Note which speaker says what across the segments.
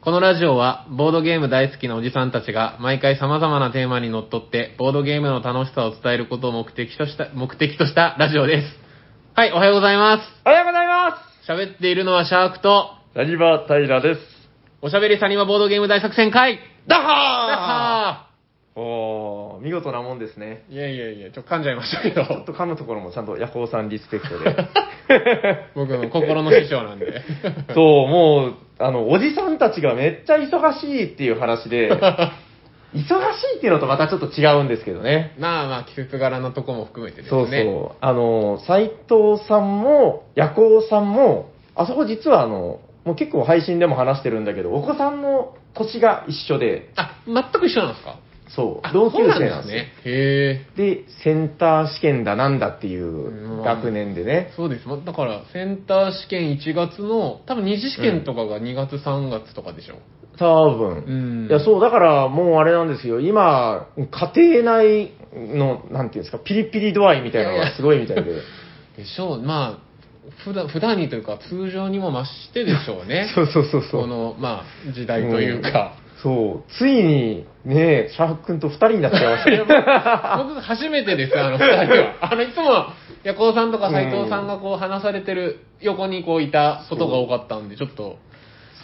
Speaker 1: このラジオは、ボードゲーム大好きなおじさんたちが、毎回様々なテーマにのっとって、ボードゲームの楽しさを伝えることを目的とした、目的とした ラジオです。はい、おはようございま。
Speaker 2: おはようございます
Speaker 1: 喋っているのはシャークと、
Speaker 2: すラニバタイラです。
Speaker 1: おしゃべりサニバボードゲーム大作戦会
Speaker 2: ダ
Speaker 1: やっ
Speaker 2: ハ
Speaker 1: は
Speaker 2: ーおー、見事なもんですね。
Speaker 1: ーいやいやいや、ちょっと噛んじゃいましたけ
Speaker 2: ちょっ
Speaker 1: ど、
Speaker 2: と噛むところもちゃんとヤコウさんリスペクト で。
Speaker 1: 僕の心の師匠なんで。
Speaker 2: そう、もう、あの、おじさんたちがめっちゃ忙しいっていう話 で、忙しいっていうのとまたちょっと違うんですけどね。
Speaker 1: まあまあ、季節柄のとこも含めてですね。
Speaker 2: そうそう。あの、斎藤さんも、ヤコウさんも、あそこ実はあの、もう結構配信でも話してるんだけど、お子さんの年が一緒で、
Speaker 1: あ、全く一緒なんですか
Speaker 2: そう、
Speaker 1: あ
Speaker 2: 同級生
Speaker 1: そう
Speaker 2: なんですよ。
Speaker 1: ね。へ
Speaker 2: で、センター試験だなんだっていうううん学年で
Speaker 1: え
Speaker 2: ね。。
Speaker 1: そうです。だから、センター試験1月の、多分二次試験とかが2月、3月とかでしょ。
Speaker 2: 多
Speaker 1: う
Speaker 2: 分。
Speaker 1: ん。
Speaker 2: いや、そう、だからもうあれなんですよ。今、家庭内の、なんていうんですか、ピリピリ度合いみたいなのがすごいみたいで。。
Speaker 1: でしょう。まあ、普段、普段にというか、通常にも増してでしょうね
Speaker 2: そうそうそうそ
Speaker 1: こ
Speaker 2: う。
Speaker 1: の、まあ、時代というか。
Speaker 2: そう、ついに、ねシャーク君と二人になっちゃいましたね。
Speaker 1: 僕、初めてです、あの、二人は。あの、いつも、ヤコウさんとか斎藤さんがこう、話されてる横にこう、いたことが多かったんで、ちょっ と、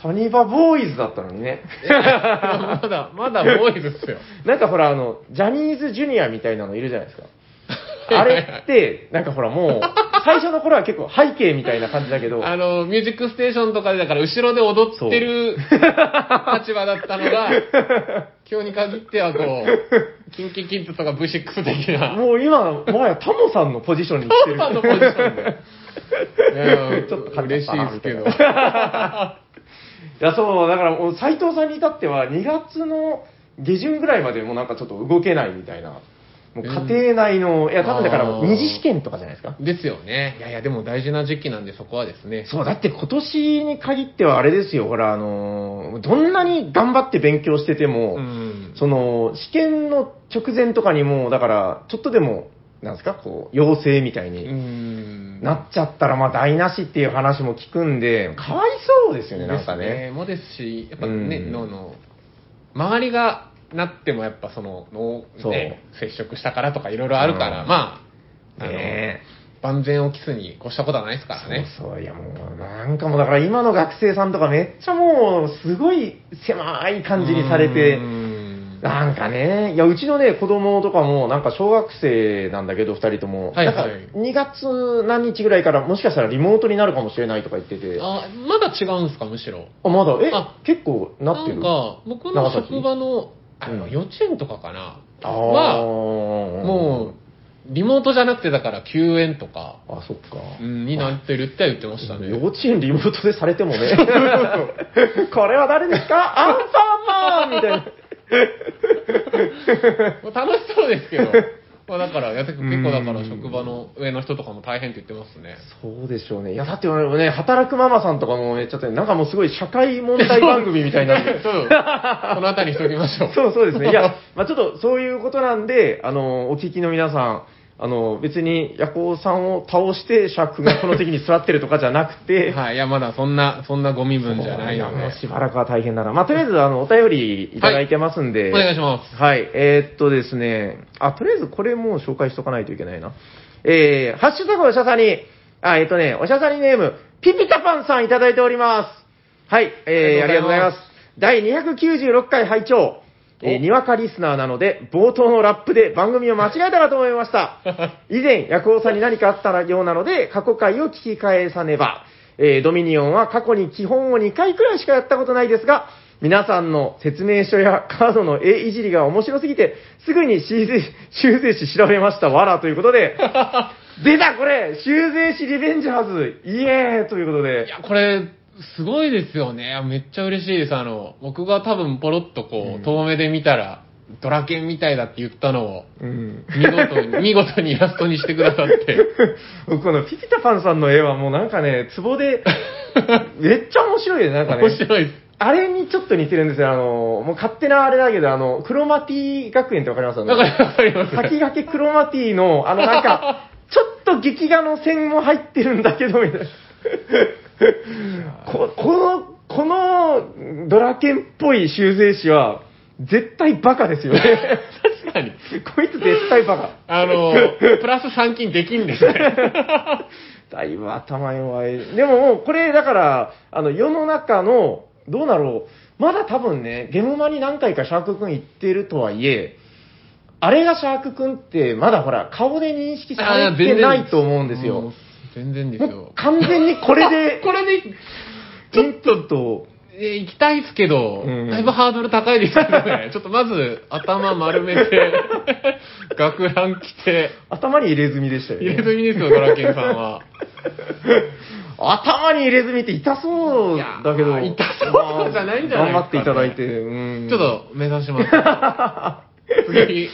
Speaker 2: サニバボーイズだったのにね。
Speaker 1: まだ、まだボーイズっすよ。
Speaker 2: なんかほら、あの、ジャニーズジュニアみたいなのいるじゃないです か。あれって、なんかほらもう、最初の頃は結構背景みたいな感じだけど、
Speaker 1: あの、ミュージックステーションとかで、だから後ろで踊ってる立場だったのが、今日に限ってはこう、キンキキッズとか V6 的な、
Speaker 2: もう今、もはやタモさんのポジションに来て
Speaker 1: 父
Speaker 2: る。
Speaker 1: さんのポジションで。いや
Speaker 2: ちょっと
Speaker 1: 嬉しいですけど。
Speaker 2: いや、そう、だからもう斎藤さんに至っては2月の下旬ぐらいまでもうなんかちょっと動けないみたいな。もう家庭内の、いや、多分だから
Speaker 1: あー
Speaker 2: 二次試験とかじゃないですか。
Speaker 1: ですよね。いやいや、でも大事な時期なんで、そこはですね。
Speaker 2: そう、だって今年に限ってはあれですよ、ほら、あのー、どんなに頑張って勉強してても、
Speaker 1: うん。
Speaker 2: その、試験の直前とかにもう、だから、ちょっとでも、なんですか、こう、陽性みたいうに
Speaker 1: ん。
Speaker 2: なっちゃったら、まあ、台無しっていう話も聞くんで、かわいそうですよね、なんか
Speaker 1: です
Speaker 2: ね。
Speaker 1: もですし、やっぱね、
Speaker 2: うん
Speaker 1: 脳の、周りがなってもやっぱその脳、
Speaker 2: そう
Speaker 1: ね、接触したからとかいろいろあるから、
Speaker 2: うん
Speaker 1: まあ、あの、
Speaker 2: ね
Speaker 1: 万全を期すに越したことはないですから
Speaker 2: え
Speaker 1: ね。
Speaker 2: そうそう、いやもう、なんかもう、だから今の学生さんとかめっちゃもう、すごい狭い感じにされて
Speaker 1: う、ん
Speaker 2: なんかね、いや、うちのね、子供とかも、なんか小学生なんだけど、二人とも、
Speaker 1: はいはい
Speaker 2: なんか2月何日ぐらいから、もしかしたらリモートになるかもしれないとか言ってて、あ、
Speaker 1: あまだ違うんですか、むしろ。
Speaker 2: まだ、え
Speaker 1: あ、
Speaker 2: 結構なってる
Speaker 1: んか、僕の
Speaker 2: 長崎
Speaker 1: 職場の、あの、
Speaker 2: うん
Speaker 1: 幼稚園とかかな、
Speaker 2: あー
Speaker 1: は、もう、リモートじゃなくてだから休園とか、
Speaker 2: あ、そっか。
Speaker 1: うんになってるっては言ってましたね。
Speaker 2: 幼稚園リモートでされてもね、 これは誰ですかアンパンマンみたいな。
Speaker 1: まあ楽しそうです けど。まあだから、やって結構だから職場の上の人とかも大変って言ってますね。
Speaker 2: そうでしょうね。いや、だって俺もね、働くママさんとかもめっちゃって、なんかもうすごい社会問題番組みたいになってる
Speaker 1: そう。この辺りにしときましょう。
Speaker 2: そうそうですね。い や、まあちょっとそういうことなんで、あの、お聞きの皆さん、あの、別に夜行さんを倒して、シャークがこの席に座ってるとかじゃなくて、
Speaker 1: はい。いや、まだそんな、そんなご身分じゃない
Speaker 2: や
Speaker 1: の
Speaker 2: もう
Speaker 1: で。
Speaker 2: しばらくは大変だな。まあとりあえず、あの、お便りいただいてますんで、
Speaker 1: お願いします。
Speaker 2: はい、えーっとですね、あ、とりあえずこれもう紹介しとかないといけないな。えー、ハッシュタグおしゃさに、あ、えーっとね、おしゃさにネーム、ピピタパンさんいただいております。はい、えー、
Speaker 1: あ
Speaker 2: あ
Speaker 1: り
Speaker 2: り
Speaker 1: がとう
Speaker 2: がとう
Speaker 1: ご
Speaker 2: ご
Speaker 1: ざい
Speaker 2: ざい
Speaker 1: ま
Speaker 2: ますす。第296回拝聴えー
Speaker 1: お
Speaker 2: にわかリスナーなので、冒頭のラップで番組を間違えたかと思いました。以前、薬王さんに何かあったようなので、過去回を聞き返さねば。えードミニオンは過去に基本を2回くらいしかやったことないですが、皆さんの説明書や カードの絵いじりが面白すぎて、すぐに修正修正紙調べました。わらということ で、出たこれ修正紙リベンジャーズイエーイということ
Speaker 1: い
Speaker 2: で。
Speaker 1: や、これ、すごいですよね。めっちゃ嬉しいです。あの、僕が多分ポロッとこ
Speaker 2: う
Speaker 1: う、
Speaker 2: ん
Speaker 1: 遠目で見たら、ドラケンみたいだって言ったのを、
Speaker 2: うん
Speaker 1: 見事に、見事にイラストにしてくださって。
Speaker 2: 僕このピピタパンさんの絵はもうなんかね、ツボで、めっちゃ面白いよね、なんかね。
Speaker 1: 面白いです。
Speaker 2: あれにちょっと似てるんですよ。あの、もう勝手なあれだけど、あの、クロマティ学園ってわかりますよね
Speaker 1: わかりますわかります。
Speaker 2: 先駆けクロマティの、あのなん か、ちょっと劇画の線も入ってるんだけど、みたいな。ここの、ここのドラケンっぽい修正師は、絶対バカです よね。
Speaker 1: 確かに。
Speaker 2: こいつ絶対バカ。
Speaker 1: あの、 プラス参勤できんですね。
Speaker 2: だいぶ頭弱い。でももうこれだから、あの世の中の、どうだろう、まだ多分ね、ゲムマに何回かシャークくん行ってるとはいえ、あれがシャークくんってまだほら、顔で認識されてないと思うんですよ。。
Speaker 1: 全然です
Speaker 2: も
Speaker 1: よ
Speaker 2: う。完全にこれで、
Speaker 1: これで、
Speaker 2: ちょっとと、
Speaker 1: えー行きたいですけど、
Speaker 2: うん
Speaker 1: だいぶハードル高いですよ ね。ちょっとまず、頭丸めて、学ラン着て、
Speaker 2: 頭に入れ墨でしたよ
Speaker 1: 入れ
Speaker 2: ね。
Speaker 1: 墨ですよ、ドラケンさんは。
Speaker 2: 頭に入れ墨って痛そうだけど。
Speaker 1: いや痛そうじゃないんじゃないですかね
Speaker 2: まあ頑張っていただいて。うん
Speaker 1: ちょっと目指し ます。次、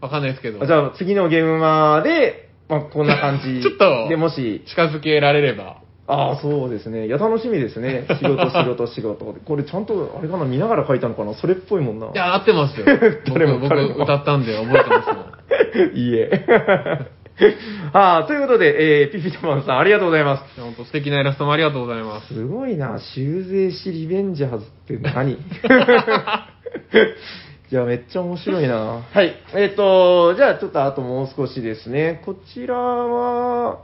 Speaker 1: わかんないですけど。
Speaker 2: じゃあ次のゲームマで、まあ、こんな感 じ。
Speaker 1: ちょっと
Speaker 2: で、もし、
Speaker 1: 近づけられれば。
Speaker 2: ああ、そうですね。いや、楽しみですね。仕事、仕事、仕事。これちゃんと、あれかな、見ながら書いたのかな。それっぽいもんな。。
Speaker 1: いや、合ってますよ
Speaker 2: 誰も
Speaker 1: 僕、
Speaker 2: 彼も
Speaker 1: 僕歌ったんで覚えてますもん。
Speaker 2: いいえ。 ああ、ということで、えー、ピピタマンさん、ありがとうございます。
Speaker 1: いや本当素敵なイラストもありがとうございます。
Speaker 2: すごいな、修正しリベンジャーズって 何いや、めっちゃ面白いな。はい。えっ、と、じゃあちょっとあともう少しですね。こちらは、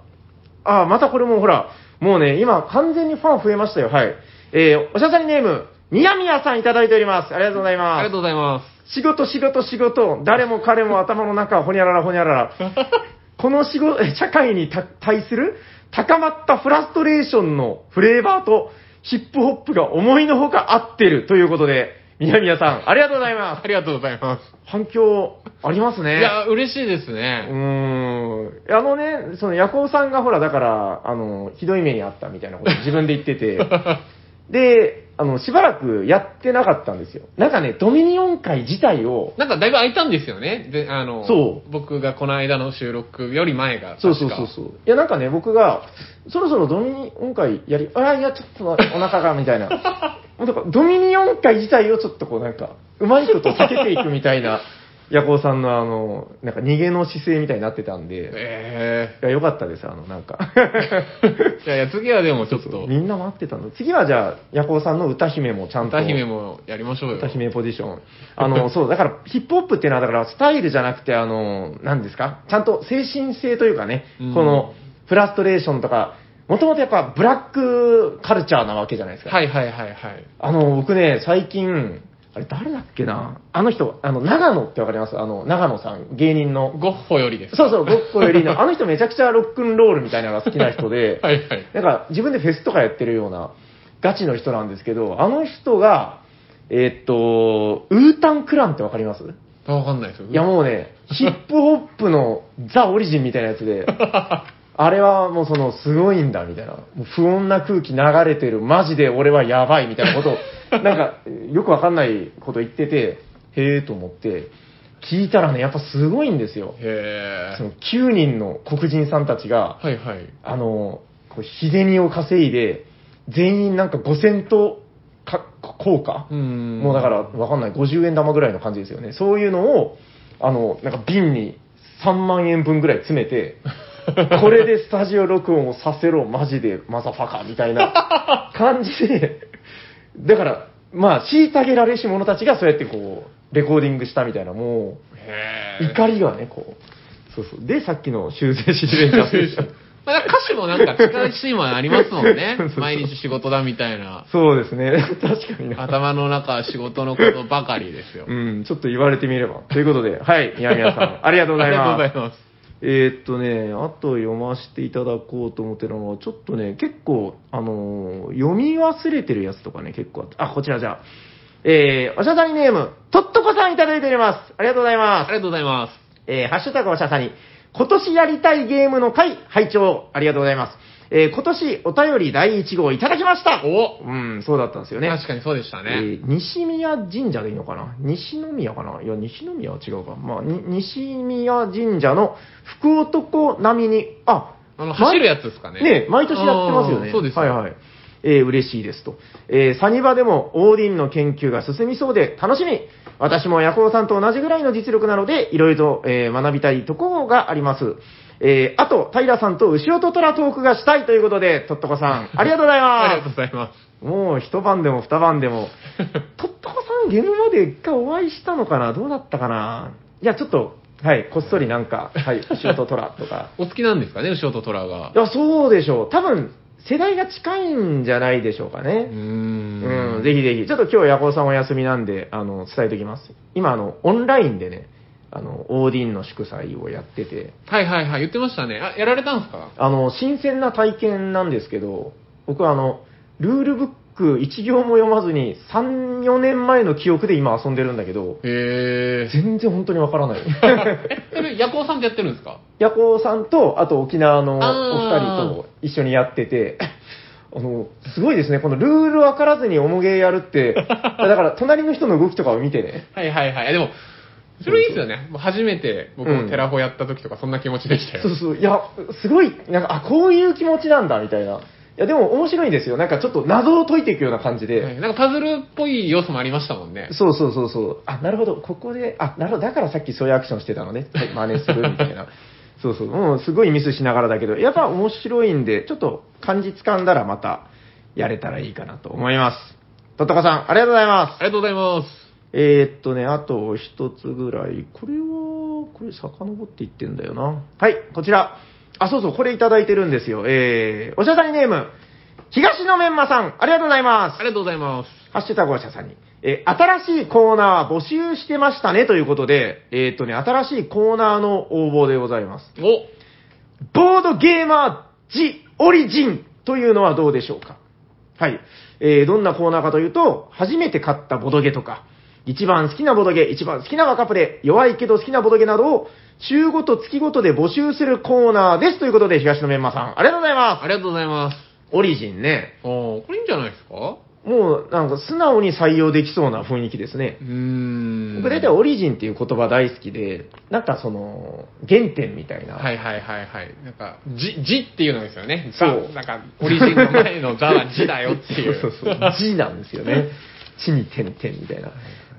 Speaker 2: あ、またこれもほら、もうね、今完全にファン増えましたよ。はい。えーおしゃさりネーム、みやみやさんいただいております。ありがとうござい
Speaker 1: あり
Speaker 2: ま。
Speaker 1: がとうございます
Speaker 2: 仕事、仕事、仕事。誰も彼も頭の中、ほにゃらら、ほにゃ らら。この仕事、社会にた対する高まったフラストレーションのフレーバーとヒップホップが思いのほか合ってるということで、宮宮さん、ありがとうござい
Speaker 1: す。
Speaker 2: ま
Speaker 1: ありがとうございます。
Speaker 2: す。反響ありますね。
Speaker 1: いや、嬉しいです
Speaker 2: う
Speaker 1: ね。
Speaker 2: ーん。あのね、その、ヤコウさんがほら、だから、あの、ひどい目にあったみたいなこと自分で言って て、で、あの、しばらくやってなかったんですよ。なんかね、ドミニオン会自体を、
Speaker 1: なんかだいぶ空いたんですよね。で、あの、
Speaker 2: そう
Speaker 1: 僕がこの間の収録より前が。
Speaker 2: そうそうそう
Speaker 1: 確か
Speaker 2: そう。いや、なんかね、僕が、そろそろドミニオン会やり、ああ、いや、ちょっとお腹が、みた いな。もうだからドミニオン会自体をちょっとこう、なんか、うまいこと避けていくみたいな、ヤコウさんのあの、なんか逃げの姿勢みたいになってたんで、
Speaker 1: え
Speaker 2: いや、よかったです、あの、 なんか。
Speaker 1: えいやいや、次はでもちょっと、
Speaker 2: みんな待ってたの。次はじゃあ、ヤコウさんの歌姫もちゃんと。
Speaker 1: 歌姫もやりましょうよ。
Speaker 2: 歌姫ポジション。あの、 そう、だから、ヒップホップっていうのは、だから、スタイルじゃなくて、あの、何ですかちゃんと精神性というかね、
Speaker 1: うん
Speaker 2: この、フラストレーションとか、もともとやっぱ、ブラックカルチャーなわけじゃないですか。
Speaker 1: はいはいはいはい。
Speaker 2: あの、僕ね、最近、あれ、誰だっけなあの人、あの、長野ってわかりますあの、長野さん、芸人の。
Speaker 1: ゴッホよりです。
Speaker 2: そうそう、ごっこよ りの、あの人めちゃくちゃロックンロールみたいなのが好きな人で、
Speaker 1: はいはい。
Speaker 2: なんか自分でフェスとかやってるようなガチの人なんですけど、あの人が、えーっと、ウータンクランってわかります
Speaker 1: あわかんないですよ。
Speaker 2: いやもうね、ヒップホップのザ・オリジンみたいなやつで、あれはもうその、すごいんだみたいな。もう不穏な空気流れてる、マジで俺はやばいみたいなことを、なんか、よくわかんないこと言ってて、へえーと思って、聞いたらね、やっぱすごいんですよ。
Speaker 1: へ
Speaker 2: その
Speaker 1: え。
Speaker 2: 9人の黒人さんたちが、
Speaker 1: はいはい。
Speaker 2: あの、こう日銭を稼いで、全員なんか5000とか、効果、
Speaker 1: うん。
Speaker 2: もうだから、わかんない、50円玉ぐらいの感じですよね。そういうのを、あの、なんか瓶に3万円分ぐらい詰め て、これでスタジオ録音をさせろ、マジで、マザファカみたいな 感じで、だから、まあ、虐げられし者たちがそうやってこう、レコーディングしたみたいな、も
Speaker 1: へえ。
Speaker 2: う、怒りがね、こう、そうそう。で、さっきの修正しリベンジャーズでした。
Speaker 1: まあ、歌詞もなんか使うシーンはありますもんね
Speaker 2: そうそう。そう
Speaker 1: 毎日仕事だみたいな。
Speaker 2: そうですね。 確かにな。
Speaker 1: 頭の中は仕事のことばかりですよ。
Speaker 2: うん、ちょっと言われてみれば。ということで、はい、宮宮さ ん、ありがとうござい
Speaker 1: ありが
Speaker 2: ます。
Speaker 1: とうございます。
Speaker 2: えーっとね、あと読ませていただこうと思ってるのは、ちょっとね、結構、あのー読み忘れてるやつとかね、結構あって、あ、こちらじゃあ。えー、おしゃさにネーム、とっとこさんいただいております。ありがとうござい
Speaker 1: あ
Speaker 2: ま
Speaker 1: りがとうございます。
Speaker 2: す。えー、ハッシュタグおしゃさに、今年やりたいゲームの回、拝聴ありがとうございます。えー、今年お便り第1号いただきました。
Speaker 1: お
Speaker 2: うん、そうだったんですよね。
Speaker 1: 確かにそうでしたね。
Speaker 2: えー西宮神社でいいのかな西宮かないや、西宮は違うか。まあ、に西宮神社の福男並みに、あ、
Speaker 1: あの、走るやつですかね。
Speaker 2: ね、毎年やってますよ
Speaker 1: あー
Speaker 2: ね。
Speaker 1: そうです。
Speaker 2: はいはい。えー嬉しいですと。えーサニバでもオーディンの研究が進みそうで楽しみ私もヤコウさんと同じぐらいの実力なので、いろいろと、えー学びたいところがあります。えー、あと、平さんと牛音虎トークがしたいということで、とっとこさん、ありがとうござい
Speaker 1: ありが
Speaker 2: ま
Speaker 1: とうございます。
Speaker 2: す。もう一晩でも二晩で も、とっとこさん、ゲームまで一回お会いしたのかなどうだったかないや、ちょっと、はい、こっそりなんか、はい、 牛音虎とか。
Speaker 1: お好きなんですかね、牛音虎が
Speaker 2: い。や、そうでしょう。多分、世代が近いんじゃないでしょうか
Speaker 1: うー
Speaker 2: ね。
Speaker 1: ん
Speaker 2: うん、ぜひぜひ。ちょっと今日、ヤコウさんお休みなんで、あの、伝えておきます。今、あの、オンラインでね、あの、オーディンの祝祭をやってて、
Speaker 1: はいはいはい、言ってましたね。あ、やられたんですか
Speaker 2: あの、新鮮な体験なんですけど、僕はあの、ルールブック1行も読まずに、3、4年前の記憶で今遊んでるんだけど、
Speaker 1: へえ。
Speaker 2: 全然本当にわから ない。
Speaker 1: え、それ、夜行さんってやってるんですか
Speaker 2: ヤコウさんと、あと沖縄のお
Speaker 1: あー
Speaker 2: 二人と一緒にやってて、あの、すごいですね、このルール分からずにおもげや るって、だから隣の人の動きとかを見てね、
Speaker 1: はいはいはい。でも、それいいですよね。もう初めて僕もテラフォやった時とかそんな気持ちでしたよ。
Speaker 2: そうそう、いや、すごい、なんか、あ、こういう気持ちなんだ、みたいな。いや、でも面白いんですよ。なんかちょっと謎を解いていくような感じで、
Speaker 1: はいなんかパズルっぽい要素もありましたもんね。
Speaker 2: そうそうそうそう。あ、なるほど。ここで、あ、なるほど。だからさっきそういうアクションしてたのね。はい、真似するみたいな。 そうそう。もうすごいミスしながらだけど、やっぱ面白いんで、ちょっと感じ掴んだらまたやれたらいいかなと思います。とっとかさん、ありがとうございま
Speaker 1: あ
Speaker 2: す。
Speaker 1: りがとうございます。
Speaker 2: えー、っとね、あと一つぐらい。これは、これ遡っていってんだよな。はい、こちら。あ、そうそう、これいただいてるんですよ。えー、おしゃさにネーム、東のメンマさん、ありがとうございます
Speaker 1: あ。りがとうございます。
Speaker 2: ハッシュタグは社さんに。えー新しいコーナー募集してましたねということで、えーっとね、新しいコーナーの応募でございます。
Speaker 1: お
Speaker 2: ボードゲーマージオリジンというのはどうでしょうかはい。えーどんなコーナーかというと、初めて買ったボドゲとか、一番好きなボドゲ、一番好きな若プレ、弱いけど好きなボドゲなどを、週ごと月ごとで募集するコーナーですということで、東野メンマさん、ありがとうございま
Speaker 1: ありがとうございます。
Speaker 2: す。オリジンね。
Speaker 1: おーこれいいんじゃないですか
Speaker 2: もう、なんか素直に採用できそうな雰囲気ですね
Speaker 1: う。ーん。
Speaker 2: 僕大体オリジンっていう言葉大好きで、なんかその、原点みたいな。
Speaker 1: はいはいはいはい。なんか、じ、じっていうのですよね。
Speaker 2: そう
Speaker 1: ザなんか、オリジンの前のザはじだよっていう。
Speaker 2: そうそ うそう。字なんですよね。地に点々みたいな。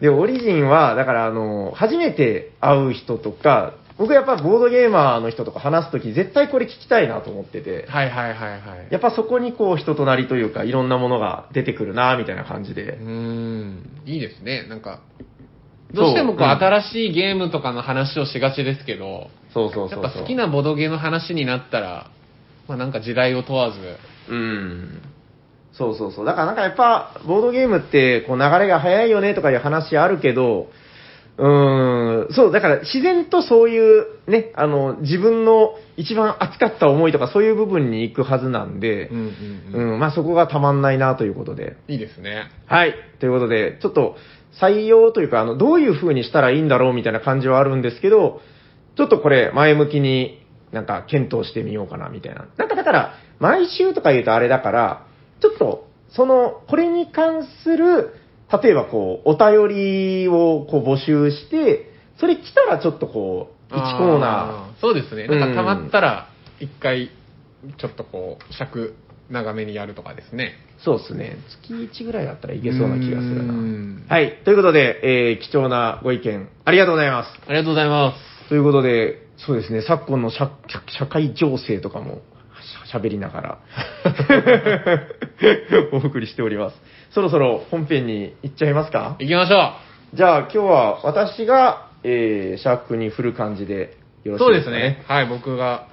Speaker 2: で、オリジンは、だからあの、初めて会う人とか、僕やっぱボードゲーマーの人とか話すとき、絶対これ聞きたいなと思ってて、
Speaker 1: はいはいはいはい。
Speaker 2: やっぱそこにこう人となりというか、いろんなものが出てくるなみたいな感じで
Speaker 1: うー。ん、いいですね。なんか、
Speaker 2: そ
Speaker 1: どう
Speaker 2: う
Speaker 1: してもこう、
Speaker 2: うん
Speaker 1: 新しいゲームとかの話をしがちですけど、
Speaker 2: そうそうそうそう。
Speaker 1: やっぱ好きなボドゲの話になったら、まあなんか時代を問わず、
Speaker 2: うん。そうそうそう。だからなんかやっぱ、ボードゲームって、こう流れが早いよねとかいう話あるけど、うーん、そう、だから自然とそういうね、あの、自分の一番熱かった思いとかそういう部分に行くはずなんで、
Speaker 1: うんうんうん
Speaker 2: うん、まあそこがたまんないなということで。
Speaker 1: いいですね。
Speaker 2: はい。ということで、ちょっと採用というか、あの、どういう風にしたらいいんだろうみたいな感じはあるんですけど、ちょっとこれ前向きになんか検討してみようかなみたいな。なんかだから、毎週とか言うとあれだから、ちょっと、その、これに関する、例えばこう、お便りをこう募集して、それ来たらちょっとこう、1コーナ
Speaker 1: あーそうですね。
Speaker 2: うん
Speaker 1: なんか溜まったら、一回、ちょっとこう、尺長めにやるとかですね。
Speaker 2: ー、そうですね。月1ぐらいだったらいけそうな気がする
Speaker 1: うー
Speaker 2: な。
Speaker 1: ん
Speaker 2: はい。ということで、えー貴重なご意見、ありがとうございます。
Speaker 1: ありがとうございま
Speaker 2: ということで、そうですね、昨今の社社会情勢とかもしゃ喋りながらお送りしております。そろそろ本編に行っちゃいますか
Speaker 1: す。行きましょ
Speaker 2: じゃあ今日は私が、えーシャークに振る感じでよ
Speaker 1: う。
Speaker 2: ろ
Speaker 1: そう
Speaker 2: し
Speaker 1: で
Speaker 2: いです
Speaker 1: す
Speaker 2: か
Speaker 1: ね。はい、僕が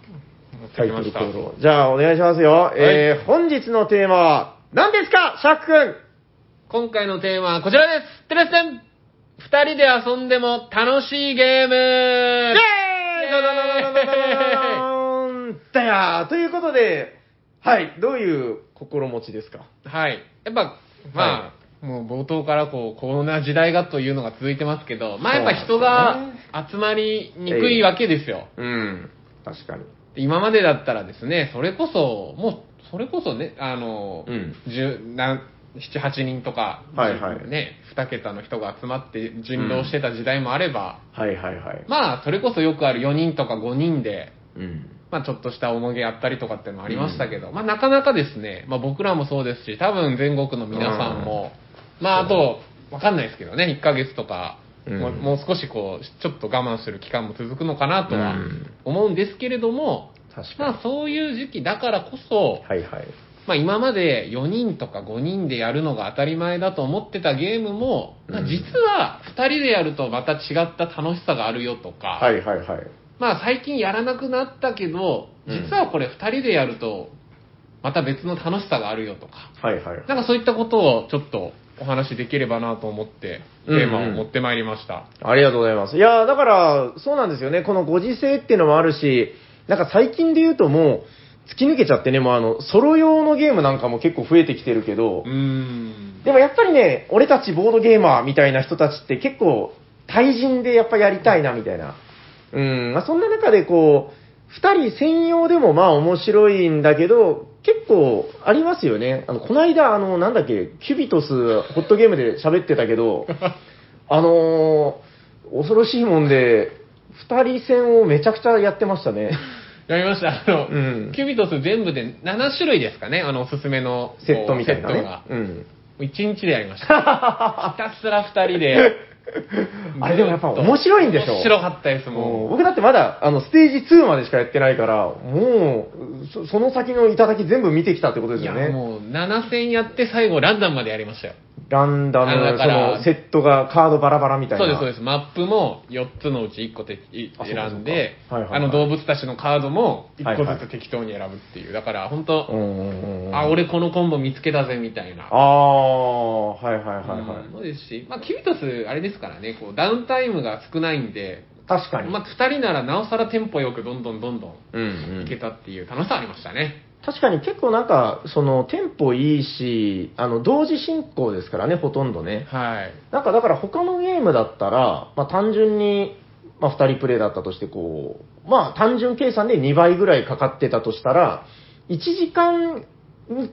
Speaker 1: 持って
Speaker 2: タイ
Speaker 1: きま
Speaker 2: トル
Speaker 1: し
Speaker 2: コ
Speaker 1: た。
Speaker 2: ールをじゃあお願いしますよ。えー本日のテーマは何ですかシャークくん
Speaker 1: 今回のテーマはこちらです。テレステン二人で遊んでも楽しいゲーム
Speaker 2: イェーイだよということで、はい、どういう心持ちですか
Speaker 1: はい。やっぱ、まあ、もう冒頭からこう、こんな時代がというのが続いてますけど、まあやっぱ人
Speaker 2: そう
Speaker 1: が
Speaker 2: なんです
Speaker 1: 集まりにくいわけですよ。
Speaker 2: うん、確かに。
Speaker 1: 今までだったらですね、それこそ、もう、それこそね、あの、
Speaker 2: うん
Speaker 1: 10何7、8人とか、
Speaker 2: はいはい
Speaker 1: ね、2桁の人が集まって人狼してた時代もあれば、
Speaker 2: はいはいはい。
Speaker 1: まあ、それこそよくある4人とか5人で、
Speaker 2: うん。
Speaker 1: まあ、ちょっとした重げやったりとかってのもありましたけど、まあ、なかなかですね、まあ、僕らもそうですし、多分全国の皆さんも、まあ、あと、わかんないですけどね、1ヶ月とか、
Speaker 2: うん
Speaker 1: もうもう少しこう、ちょっと我慢する期間も続くのかなとは
Speaker 2: うん
Speaker 1: 思うんですけれども、
Speaker 2: 確かに。
Speaker 1: まあそういう時期だからこそ、
Speaker 2: はいはい。
Speaker 1: まあ今まで4人とか5人でやるのが当たり前だと思ってたゲームも、
Speaker 2: うん
Speaker 1: 実は2人でやるとまた違った楽しさがあるよとか、
Speaker 2: はいはいはい。
Speaker 1: まあ最近やらなくなったけど、
Speaker 2: うん
Speaker 1: 実はこれ2人でやるとまた別の楽しさがあるよとか、
Speaker 2: はいはい。
Speaker 1: なんかそういったことをちょっとお話しできればなと思って、テーマを持ってまいりました。
Speaker 2: ありがとうございます。いやーだから、そうなんですよね。このご時世っていうのもあるし、なんか最近で言うともう、突き抜けちゃってね、もうあの、ソロ用のゲームなんかも結構増えてきてるけど
Speaker 1: う、ーん。
Speaker 2: でもやっぱりね、俺たちボードゲーマーみたいな人たちって結構、対人でやっぱやりたいなみたいな。うん、まあ、そんな中でこう、二人専用でもまあ面白いんだけど、結構ありますよね。あの、この間、あの、なんだっけ、キュビトスホットゲームで喋ってた けど、あのー恐ろしいもんで、二人戦をめちゃくちゃやってましたね。
Speaker 1: やりました。あの、
Speaker 2: うん
Speaker 1: キュビトス全部で7種類ですかね、あのおすすめの
Speaker 2: セットみたいな
Speaker 1: こうセッ
Speaker 2: ね
Speaker 1: トが。。
Speaker 2: うん。
Speaker 1: 1日でやりま した。ひたすら2人で。
Speaker 2: あれでもやっぱ面白いんでしょ
Speaker 1: 面白かったです、
Speaker 2: もう
Speaker 1: も
Speaker 2: 僕だってまだあのステージ2までしかやってないから、もうそその先の頂き全部見てきたってこと
Speaker 1: う。
Speaker 2: で
Speaker 1: い
Speaker 2: す
Speaker 1: や
Speaker 2: よ、ね。
Speaker 1: もう7戦やって最後ランダムまでやりましたよ。
Speaker 2: ランダム
Speaker 1: あだ
Speaker 2: そ
Speaker 1: から
Speaker 2: のセットがカードバラバラみたい
Speaker 1: そ
Speaker 2: な。
Speaker 1: うです、そうです。マップも4つのうち1個てい
Speaker 2: あそうかそうか
Speaker 1: 選んで、
Speaker 2: はいはいはい
Speaker 1: あの動物たちのカードも1個
Speaker 2: はいは
Speaker 1: ず
Speaker 2: い
Speaker 1: つ適当に選ぶっていう。だから本
Speaker 2: うん
Speaker 1: 当、
Speaker 2: うんうん。
Speaker 1: あ、。俺このコンボ見つけたぜみたいな。
Speaker 2: ああ、はいはいはいはい。
Speaker 1: うんそうですし、まあ、キュビトス、あれですからね、こうダウンタイムが少ないんで、
Speaker 2: 確かに。
Speaker 1: まあ、2人ならなおさらテンポよくどんどんどんど
Speaker 2: うんうんん
Speaker 1: いけたっていう楽しさありましたね。
Speaker 2: 確かに結構なんか、そのテンポいいし、あの同時進行ですからね、ほとんどね。
Speaker 1: はい。
Speaker 2: なんかだから他のゲームだったら、まあ単純に、まあ2人プレイだったとして、こう、まあ単純計算で2倍ぐらいかかってたとしたら、1時間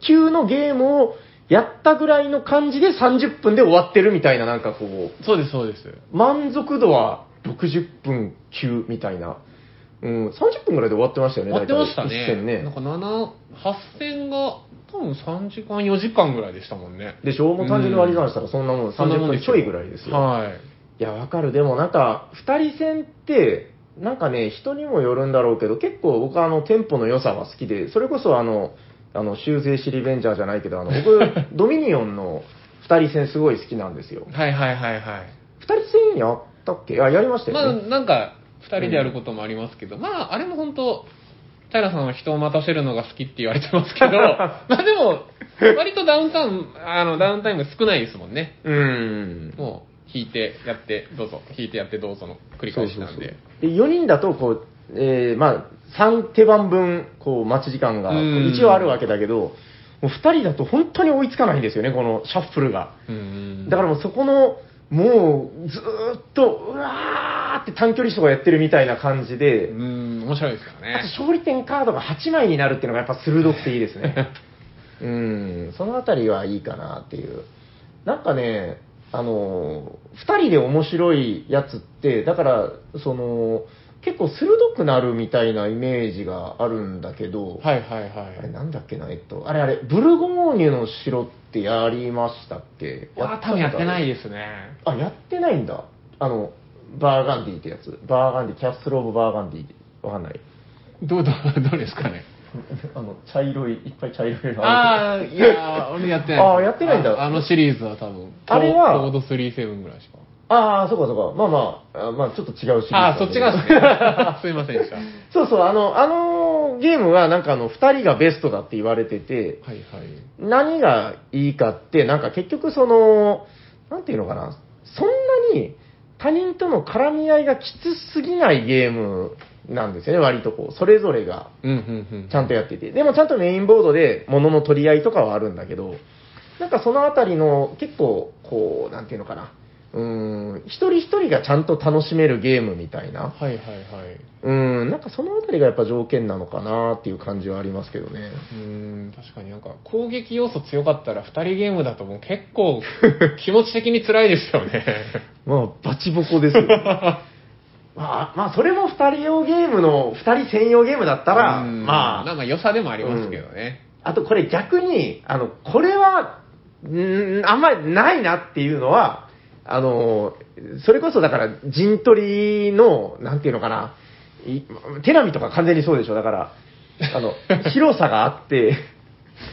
Speaker 2: 級のゲームをやったぐらいの感じで30分で終わってるみたいな、なんかこう、
Speaker 1: そうです、そうです。
Speaker 2: 満足度は60分級みたいな。うん、30分ぐらいで終わってましたよね、
Speaker 1: やってました
Speaker 2: 大体
Speaker 1: ね
Speaker 2: 一戦。ね
Speaker 1: なんか7、8戦が多分3時間、4時間ぐらいでしたもんね。
Speaker 2: でしょもう単純に割り算したらそんなもん、
Speaker 1: そんな
Speaker 2: 30
Speaker 1: もんで
Speaker 2: 分
Speaker 1: す
Speaker 2: ちょいぐらいですよ。
Speaker 1: はい。
Speaker 2: いや、わかる。でもなんか、二人戦って、なんかね、人にもよるんだろうけど、結構僕はあの、テンポの良さが好きで、それこそあの、あの、修正シリベンジャーじゃないけど、あの、 僕、ドミニオンの二人戦すごい好きなんですよ。
Speaker 1: はいはいはいは
Speaker 2: 二人戦やったっけあ、やりました
Speaker 1: い。まあ、
Speaker 2: よね。
Speaker 1: なんか、2人でやることもありますけど、まあ、あれも本当、平さんは人を待たせるのが好きって言われてます けど、まあでも、割とダウンタウン、あの、ダウンタイム少ないですもんね。
Speaker 2: うん。
Speaker 1: もう、引いてやって、どうぞ、引いてやってどうぞの繰り返しなんで。
Speaker 2: で、4人だと、こう、えーまあ、3手番分、こう、待ち時間が、こ
Speaker 1: う
Speaker 2: うん一応あるわけだけど、もう2人だと本当に追いつかないんですよね、このシャッフルが。
Speaker 1: うん
Speaker 2: だからもうそこの、もうずーっと、うわーって短距離走がやってるみたいな感じで、
Speaker 1: うん、面白いですから
Speaker 2: あと
Speaker 1: ね。
Speaker 2: 勝利点カードが8枚になるっていうのがやっぱ鋭くていいです ね。うん、そのあたりはいいかなっていう。なんかね、あの、2人で面白いやつって、だから、その、結構鋭くなるみたいなイメージがあるんだけど、
Speaker 1: はいはい
Speaker 2: あれ
Speaker 1: は
Speaker 2: なんだっけな、えっと、あれあれ、ブルゴーニュの城ってやりましたっけ
Speaker 1: い。わあ、多分やってないですね。
Speaker 2: あ、やってないんだ。あの、バーガンディってやつ。バーガンディ、キャッスル・オブ・バーガンディ。わかんない。
Speaker 1: どう、どう、どうですかね。
Speaker 2: あの、茶色い、いっぱい茶色いの
Speaker 1: あ
Speaker 2: あ
Speaker 1: あ、いやー、俺やってない。
Speaker 2: あーやってないんだ
Speaker 1: ああのシリーズは多分。
Speaker 2: あれは
Speaker 1: コード37ぐらいしか。
Speaker 2: るあー、そうかそうか。まあまあ、あまあちょっと違うシリーズ
Speaker 1: ああ、そっちが ですね。すいませんでした。は
Speaker 2: そうそう、あの、あのゲームはなんかあの、二人がベストだって言われてて、
Speaker 1: いはい。
Speaker 2: 何がいいかって、なんか結局その、なんていうのかな、そんなに他人との絡み合いがきつすぎないゲームなんですよね、割とこう、それぞれが。
Speaker 1: うんうんうん。
Speaker 2: ちゃんとやってて。でもちゃんとメインボードで物の取り合いとかはあるんだけど、なんかそのあたりの結構、こう、なんていうのかな。うーん、一人一人がちゃんと楽しめるゲームみたいな。
Speaker 1: はいはいはい。
Speaker 2: うーん、なんかそのあたりがやっぱ条件なのかなっていう感じはありますけどね。
Speaker 1: うーん、確かになんか攻撃要素強かったら2人ゲームだともう結構気持ち的に辛いですよね。
Speaker 2: まあ、バチボコですよ。 まあ、まあ、それも二人用ゲームの、二人専用ゲームだったら、
Speaker 1: うん
Speaker 2: まあ、
Speaker 1: なんか良さでもありますけどね。
Speaker 2: あとこれ逆に、あの、これは、んーあんまりないなっていうのは、あの、それこそだから、陣取りの、なんていうのかな、いテラミとか完全にそうでしょ、だから、あの、広さがあって、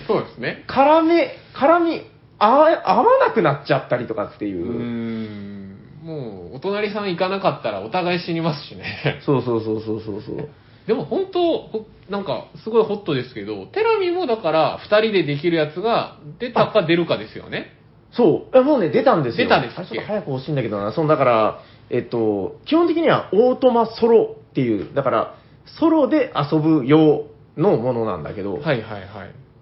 Speaker 1: そうですね。
Speaker 2: 絡め、絡み、合わ合わなくなっちゃったりとかっていう
Speaker 1: ー
Speaker 2: う。
Speaker 1: ん。もう、お隣さん行かなかったらお互い死にますし ね。
Speaker 2: そうそうそうそうそうそう。
Speaker 1: でも本当、ほなんか、すごいホットですけど、テラミもだから、二人でできるやつが出たか出るかですよね。
Speaker 2: そう。えもうね、出たんですよ。
Speaker 1: 出たんですっけ
Speaker 2: あちょっと早く欲しいんだけどな。その、だから、えっと、基本的にはオートマソロっていう、だから、ソロで遊ぶ用のものなんだけど、
Speaker 1: はいはいはい。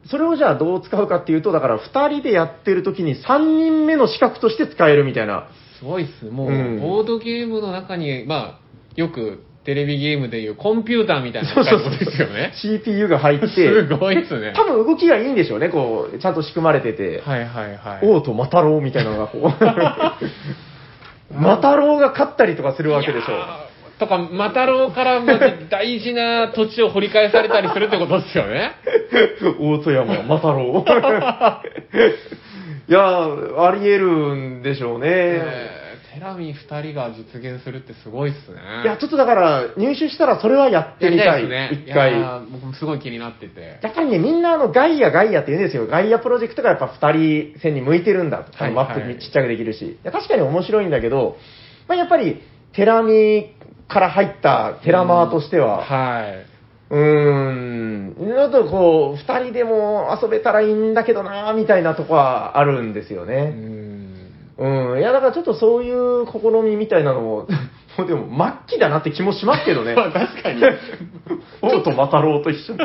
Speaker 2: それをじゃあどう使うかっていうと、だから2人でやってる時に3人目の資格として使えるみたいな。
Speaker 1: すごいっす。もう、
Speaker 2: うん
Speaker 1: ボードゲームの中に、まあ、よくテレビゲームでいうコンピューターみたいな
Speaker 2: そうそう
Speaker 1: 使い方ですよね。
Speaker 2: CPU が入っ て、
Speaker 1: すごいっすね。
Speaker 2: 多分動きがいいんでしょうね、こう、ちゃんと仕組まれてて。
Speaker 1: はいはいはい。
Speaker 2: 王とマタロウみたいなのが こう。マタロウが勝ったりとかするわけでし
Speaker 1: い
Speaker 2: ょ
Speaker 1: やーとか、マタロウからまず大事な土地を掘り返されたりするってことですよね。
Speaker 2: 大戸山、マタロウ。 いやー、あり得るんでしょうね。
Speaker 1: えーテラミ2人が実現するってすごいっすね。
Speaker 2: いや、ちょっとだから、入手したらそれはやってみた
Speaker 1: やり
Speaker 2: い。
Speaker 1: ですね。
Speaker 2: 一回。
Speaker 1: い
Speaker 2: や
Speaker 1: やー僕もすごい気になってて。
Speaker 2: っぱりね、みんなあの、ガイア、ガイアって言うんですよ。ガイアプロジェクトがやっぱ二人線に向いてるんだ。あの
Speaker 1: は
Speaker 2: マ
Speaker 1: いはい
Speaker 2: ップちっちゃくできるし。いや確かに面白いんだけど、まあ、やっぱり、テラミから入ったテラマーとしては、
Speaker 1: はい。
Speaker 2: うーん、あとこう、二人でも遊べたらいいんだけどなーみたいなとこはあるんですよ
Speaker 1: う
Speaker 2: ね。
Speaker 1: ん。
Speaker 2: うん、いやだからちょっとそういう試みみたいなのも、 もうでも末期だなって気もしますけどね。
Speaker 1: まあ確かに。
Speaker 2: 王とマタロウと一緒に。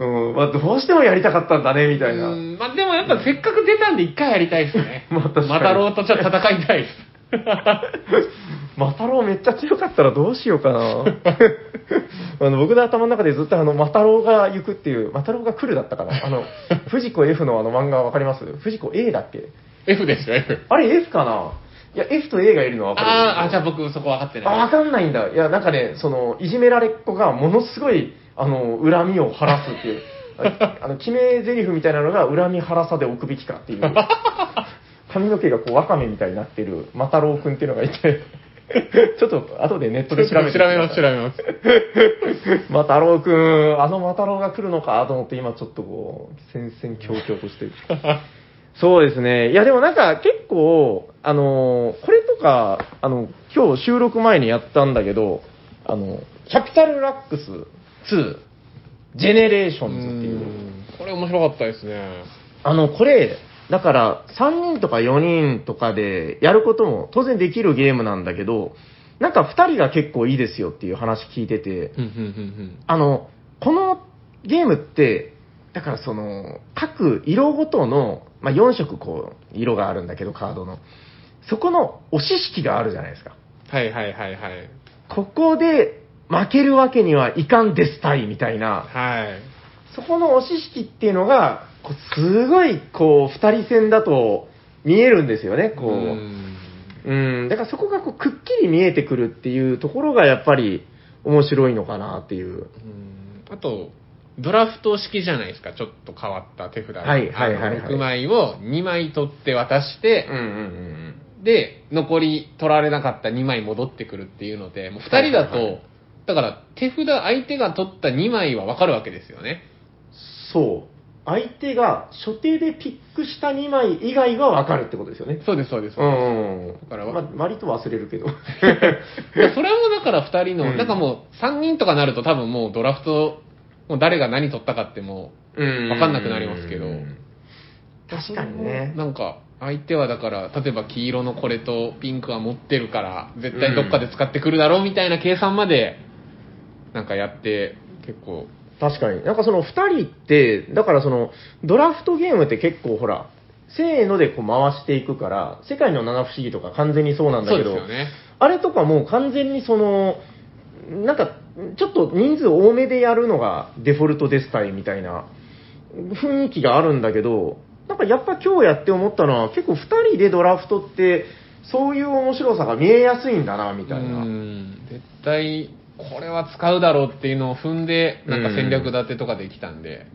Speaker 2: うん、まあどうしてもやりたかったんだね、みたいうな。。
Speaker 1: んまあでもやっぱせっかく出たんで一回やりたいですね
Speaker 2: まあ確かに
Speaker 1: マタロウとじゃあ戦い たいです。
Speaker 2: マタロウめっちゃ強かったらどうしようかな。 あの僕の頭の中でずっとあの、マタロウが行くっていう、マタロウが来るだったかな。あの、藤子 F のあの漫画わかります藤子 A だっけ
Speaker 1: F ですよ、F。
Speaker 2: あれ F かないや、F と A がいるのわかる。
Speaker 1: あーあ、じゃあ僕そこ分かってな
Speaker 2: あ、わ
Speaker 1: い。
Speaker 2: かんないんだ。いや、なんかね、その、いじめられっ子がものすごい、あの、恨みを晴らすっ ていう、ああの、決め台詞みたいなのが、恨み晴らさで置くべきかっていう、 髪の毛がこう、ワカメみたいになってる、マタロウくんっていうのがいて、 ちょっと、後でネットで調べて。
Speaker 1: 調べ ます、調べます。
Speaker 2: マタロウくん、あのマタロウが来るのかと思って、今ちょっとこう、戦々恐々としてる。 そうですね。いや、でもなんか結構、あのーこれとか、あの、今日収録前にやったんだけど、あの、キャピタルラックス2、ジェネレーションズっていうう。
Speaker 1: んこれ面白かったですね。
Speaker 2: あの、これ、だから、3人とか4人とかでやることも当然できるゲームなんだけど、なんか2人が結構いいですよっていう話聞いてて、
Speaker 1: うんうんうん
Speaker 2: あの、このゲームって、だからその、各色ごとの、まあ、4色こう、色があるんだけど、カードの。そこの押し引きがあるじゃないですか。
Speaker 1: うんはいはいはいはい。
Speaker 2: ここで負けるわけにはいかんですたい、みたいな。
Speaker 1: はい。
Speaker 2: そこの押し引きっていうのが、こうすごい、こう、二人戦だと見えるんですよね、こう。
Speaker 1: うん
Speaker 2: うん、だからそこがこうくっきり見えてくるっていうところがやっぱり面白いのかなっていう。
Speaker 1: うんあと、ドラフト式じゃないですか、ちょっと変わった手札。
Speaker 2: はいはいはいはい
Speaker 1: 6枚を2枚取って渡して、
Speaker 2: うんうんうん。
Speaker 1: で、残り取られなかった2枚戻ってくるっていうので、もう2人だと、
Speaker 2: はいはいはい
Speaker 1: だから手札、相手が取った2枚は分かるわけですよね。
Speaker 2: そう。相手が所定でピックした2枚以外は分かるってことですよね。
Speaker 1: そうです、そうです。
Speaker 2: ん、うん。
Speaker 1: だから
Speaker 2: ま、割と忘れるけど。
Speaker 1: で それもだから2人の、
Speaker 2: うん
Speaker 1: なんかもう3人とかなると多分もうドラフト、もう誰が何取ったかっても
Speaker 2: うん
Speaker 1: わかんなくなりますけどう、
Speaker 2: 確かにね。
Speaker 1: なんか、相手はだから、例えば黄色のこれとピンクは持ってるから、絶対どっかで使ってくるだろうみたいな計算まで、なんかやって、結構、
Speaker 2: 確かに。なんかその2人って、だからその、ドラフトゲームって結構ほら、せーのでこう回していくから、世界の七不思議とか完全にそうなんだ
Speaker 1: そう
Speaker 2: け
Speaker 1: です
Speaker 2: ど、
Speaker 1: よね。
Speaker 2: あれとかもう完全にその、なんか、ちょっと人数多めでやるのがデフォルトですたいみたいな雰囲気があるんだけど、なんかやっぱ今日やって思ったのは結構2人でドラフトってそういう面白さが見えやすいんだなみたいな。
Speaker 1: うん絶対これは使うだろうっていうのを踏んでなんか戦略立てとかできたんで、